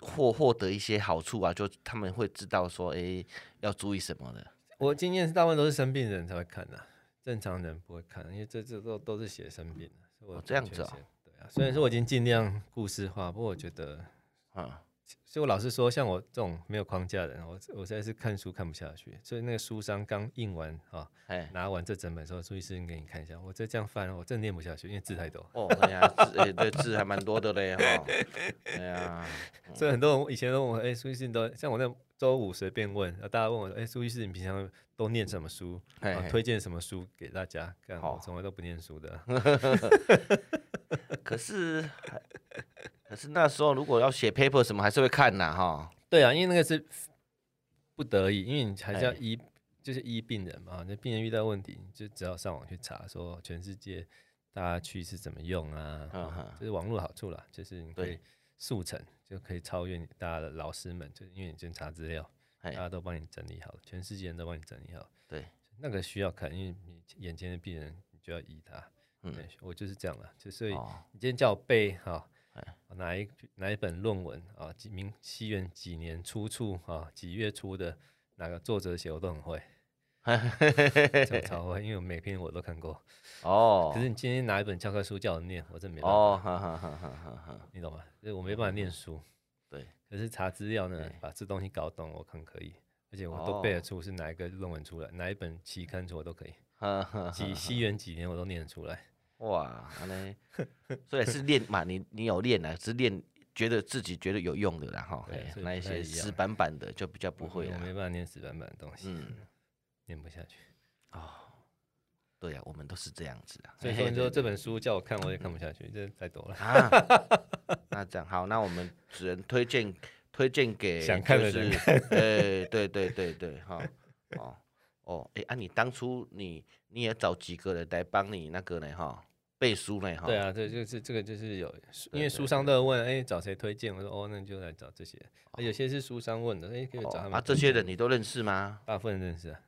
Speaker 1: 获获得一些好处啊？就他们会知道说哎、诶要注意什么的。
Speaker 2: 我经验是大部分都是生病人才会看的、啊正常人不会看，啊因为这这都都是写生病的。所以我
Speaker 1: 哦
Speaker 2: 完
Speaker 1: 这样
Speaker 2: 全
Speaker 1: 子啊
Speaker 2: 写对啊，虽然说我已经尽量故事化，不过我觉得，
Speaker 1: 嗯，
Speaker 2: 所以我老实说，像我这种没有框架的人，我我实在是看书看不下去。所以那个书商刚印完啊，
Speaker 1: 哎，
Speaker 2: 拿完这整本说，朱医师你给你看一下，我再这样翻，我真的念不下去，因为字太多。
Speaker 1: 哦，哎呀，字哎、对字还蛮多的嘞哈。哎呀，
Speaker 2: 所以很多人以前都问我，哎、苏医师你都像我那周五随便问，啊大家问我，哎、苏医师你平常都念什么书？
Speaker 1: 嘿
Speaker 2: 啊
Speaker 1: 嘿
Speaker 2: 推荐什么书给大家？干，
Speaker 1: 好
Speaker 2: 我从来都不念书的。
Speaker 1: 可是还可是那时候如果要写 paper 什么，还是会看呐哈。
Speaker 2: 对啊，因为那个是不得已，因为你还是要
Speaker 1: 哎
Speaker 2: 医，就是医病人嘛。那病人遇到问题，你就只要上网去查，说全世界大家去是怎么用啊？
Speaker 1: 嗯
Speaker 2: 啊
Speaker 1: 哼
Speaker 2: 这是网络好处啦，就是你可
Speaker 1: 对
Speaker 2: 以速成，就可以超越你大家的老师们，就是因为你先查资料，
Speaker 1: 哎
Speaker 2: 大家都帮你整理好了，全世界人都帮你整理好。
Speaker 1: 对，
Speaker 2: 那个需要看，因为你眼前的病人，你就要医他。
Speaker 1: 嗯
Speaker 2: 嗯，我就是这样了，就所以
Speaker 1: 哦，
Speaker 2: 你今天叫我背哈
Speaker 1: 哎，
Speaker 2: 哪一哪一本论文啊？几明西元几年出处啊？几月出的？哪个作者写我都 很会，这超会，因为我每篇我都看过。
Speaker 1: 哦
Speaker 2: 可，是你今天拿一本教科书叫我念，我真没办法，
Speaker 1: 哦，哈哈哈哈哈哈。
Speaker 2: 你懂吗？就是我没办法念书。
Speaker 1: 嗯对，
Speaker 2: 可是查资料呢
Speaker 1: 对，
Speaker 2: 把这东西搞懂，我很可以，而且我都背得出是哪一个论文
Speaker 1: 哦
Speaker 2: 出来，哪一本期刊出我都 可以，
Speaker 1: 哈哈
Speaker 2: 几西元几年我都念得出来。
Speaker 1: 哇，安 尼，所以是练嘛，你你有练啊，是练觉得自己觉得有用的啦哈。
Speaker 2: 对
Speaker 1: 嘿
Speaker 2: 所以
Speaker 1: 那
Speaker 2: 不
Speaker 1: 一些
Speaker 2: 太一样
Speaker 1: 死板板的就比较不
Speaker 2: 我
Speaker 1: 会
Speaker 2: 我
Speaker 1: 啦
Speaker 2: 没。办法念死板板的东西，
Speaker 1: 嗯，
Speaker 2: 念不下去。
Speaker 1: 哦对呀、我们都是这样子啊。
Speaker 2: 所以
Speaker 1: 嘿
Speaker 2: 说，
Speaker 1: 嘿
Speaker 2: 你说这本书叫我看，我也看不下去，这太多了。
Speaker 1: 啊，那这样好，那我们只能推荐推荐给
Speaker 2: 想看
Speaker 1: 就
Speaker 2: 的
Speaker 1: 是
Speaker 2: 人，
Speaker 1: 哎，对对对对，哈，哦哦，哎，啊，你当初你你也找几个人来帮你那个呢哈，背书呢哈，
Speaker 2: 对，啊，这就是这个就是有，
Speaker 1: 对
Speaker 2: 因为
Speaker 1: 呃对
Speaker 2: 书商都会问，哎，找谁推荐？我说哦，那你就来找这些。啊有些是书商问的，哎，可以
Speaker 1: 哦
Speaker 2: 找他们。
Speaker 1: 啊，这些人，你都认识吗？
Speaker 2: 大部分认识啊。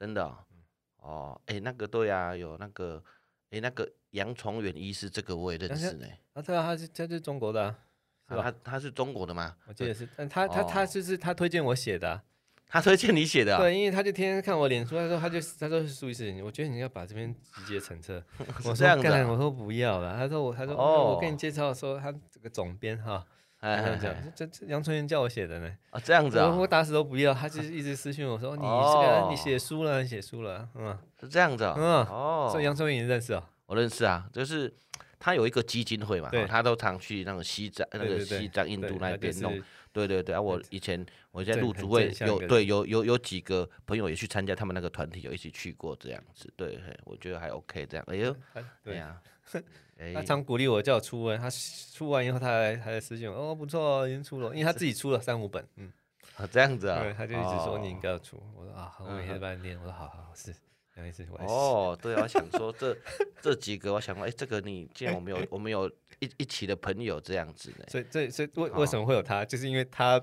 Speaker 1: 真的哦，
Speaker 2: 嗯
Speaker 1: 哦，哎，那个对啊，有那个，哎，那个杨崇远医师，这个我也认
Speaker 2: 但是
Speaker 1: 识呢，
Speaker 2: 啊，对啊，他是他就是中国的啊，
Speaker 1: 啊
Speaker 2: 是吧
Speaker 1: 他他是中国的吗？
Speaker 2: 我记得是，但他他他
Speaker 1: 哦
Speaker 2: 就是他推荐我写的啊。
Speaker 1: 他推荐你写的啊，
Speaker 2: 对，因为他就天天看我脸书，他说他就他说是苏医师，我觉得你要把这边直接成 册。我
Speaker 1: 这
Speaker 2: 说
Speaker 1: 样子啊
Speaker 2: 干，我说不要了。他说我他说
Speaker 1: 哦
Speaker 2: 那我跟你介绍说他这个总编哈，
Speaker 1: 哎，
Speaker 2: 他
Speaker 1: 哎
Speaker 2: 这样
Speaker 1: 哎
Speaker 2: 讲，这这杨春元叫我写的呢。
Speaker 1: 啊，这样子啊
Speaker 2: 我，我打死都不要，他就是一直私讯我说你这
Speaker 1: 哦
Speaker 2: 个你写书了，你写书了，嗯，
Speaker 1: 是这样子啊，
Speaker 2: 嗯
Speaker 1: 哦，
Speaker 2: 所以杨宗纬你认识哦，
Speaker 1: 我认识啊，就是他有一个基金会嘛，
Speaker 2: 对
Speaker 1: 哦他都常去那种西藏、那
Speaker 2: 对
Speaker 1: 个
Speaker 2: 对对
Speaker 1: 西藏、印
Speaker 2: 对
Speaker 1: 度
Speaker 2: 他
Speaker 1: 那
Speaker 2: 就
Speaker 1: 边
Speaker 2: 是
Speaker 1: 弄。对对对啊，我以前我在
Speaker 2: 正
Speaker 1: 陆
Speaker 2: 很
Speaker 1: 组会
Speaker 2: 正向
Speaker 1: 有
Speaker 2: 一个
Speaker 1: 对有有有几个朋友也去参加他们那个团体，有一起去过这样子。对，嘿我觉得还 OK 这样。哎呦，
Speaker 2: 他
Speaker 1: 对
Speaker 2: 对，
Speaker 1: 呀，
Speaker 2: 他
Speaker 1: 哎，
Speaker 2: 常鼓励我叫我出文，他出完以后他还还在私信我，哦不错哦，已经出了，因为他自己出了三五本，嗯，
Speaker 1: 啊这样子啊
Speaker 2: 对，，他就一直说你应
Speaker 1: 哦
Speaker 2: 该要出，我说啊，我每
Speaker 1: 嗯
Speaker 2: 天半念，我说好好好是，杨医师我来写，
Speaker 1: 哦，对啊，我想说这这几个，我想说，哎，这个你既然我们有我们有一一起的朋友这样子呢，
Speaker 2: 所以这所以为
Speaker 1: 好
Speaker 2: 为什么会有他，就是因为他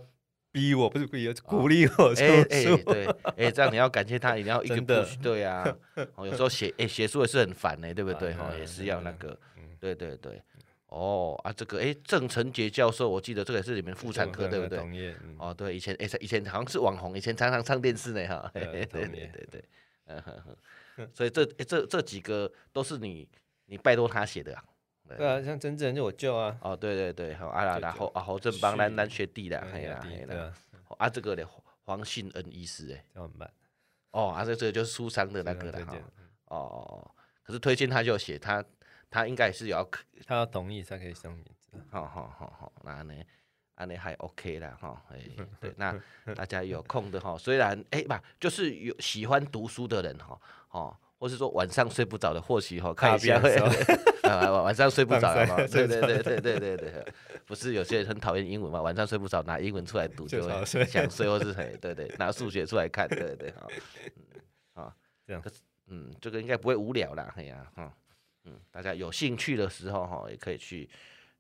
Speaker 2: 逼我，不是故意，是鼓励我出
Speaker 1: 哎哎、
Speaker 2: 书，
Speaker 1: 对，哎、这样你要感谢他，你要一个
Speaker 2: 真的
Speaker 1: push，对啊。哦，有时候写哎写书也是很烦呢、对不对？哈、
Speaker 2: 啊
Speaker 1: 也是要那个，
Speaker 2: 嗯
Speaker 1: 对对对。哦啊，这个哎，郑成杰教授，我记得这个也是你们妇产 科对不对？
Speaker 2: 同业，嗯
Speaker 1: 哦，对，以前哎，以前好像是网红，以前常常上电视呢哈。
Speaker 2: 对啊
Speaker 1: 对对
Speaker 2: 同
Speaker 1: 对
Speaker 2: 业
Speaker 1: 对对，嗯哼哼。所以这哎这这几个都是你你拜托他写的、啊。
Speaker 2: 对啊，像真正就我舅啊，
Speaker 1: 哦，对对对，好啊啦，
Speaker 2: 舅舅
Speaker 1: 然后啊侯正邦咱
Speaker 2: 是
Speaker 1: 咱学弟啦，哎
Speaker 2: 跟
Speaker 1: 啦
Speaker 2: 雅迪
Speaker 1: 哎
Speaker 2: 对
Speaker 1: 啦，
Speaker 2: 啊，
Speaker 1: 哦啊这个嘞黄黄信恩医师哎。
Speaker 2: 这样很慢。
Speaker 1: 哦，啊，这这个就是书商的那个了
Speaker 2: 推
Speaker 1: 哈
Speaker 2: 荐。
Speaker 1: 哦哦哦，可是推荐他就有写他，他应该也是有要，
Speaker 2: 他要同意才可以上名字。
Speaker 1: 好好好好，那呢，啊，安尼还 OK 啦哈，哎、对，那大家有空的哈，虽然哎吧，就是有喜欢读书的人哈，哦，或是说晚上睡不着的，或许哈看一下
Speaker 2: 大
Speaker 1: 会
Speaker 2: 便的，
Speaker 1: 呃晚晚上睡不着了嘛，
Speaker 2: 晚
Speaker 1: 对
Speaker 2: 上睡不
Speaker 1: 对对对对对对，不是有些人很讨厌英文嘛，晚上睡不着拿英文出来读就
Speaker 2: 就
Speaker 1: 会
Speaker 2: 早睡
Speaker 1: 想睡，或 是哎对对拿数学出来看，对对哈，嗯啊，
Speaker 2: 这样
Speaker 1: 可是，嗯，这个应该不会无聊啦，哎呀，哈，嗯，大家有兴趣的时候哈，也可以去。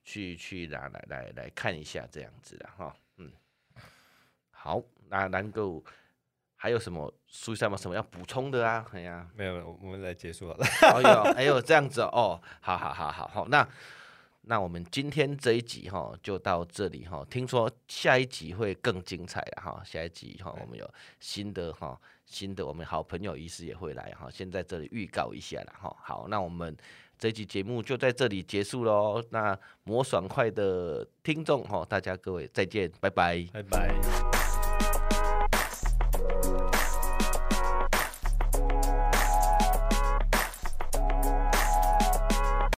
Speaker 1: 去去拿来来来看一下这样子的哈，嗯，好，那能够还有什么书上有什么要补充的啊？哎呀、
Speaker 2: 没有，没有我们来结束好了。
Speaker 1: 哎呦哎呦这样子哦，好好好好好，那那我们今天这一集哈就到这里哈，听说下一集会更精彩了哈，下一集哈我们有新的哈新的我们好朋友医师也会来哈，先在这里预告一下了哈，好，那我们。这期节目就在这里结束喽。那魔爽快的听众哈，大家各位再见，拜拜。
Speaker 2: 拜拜。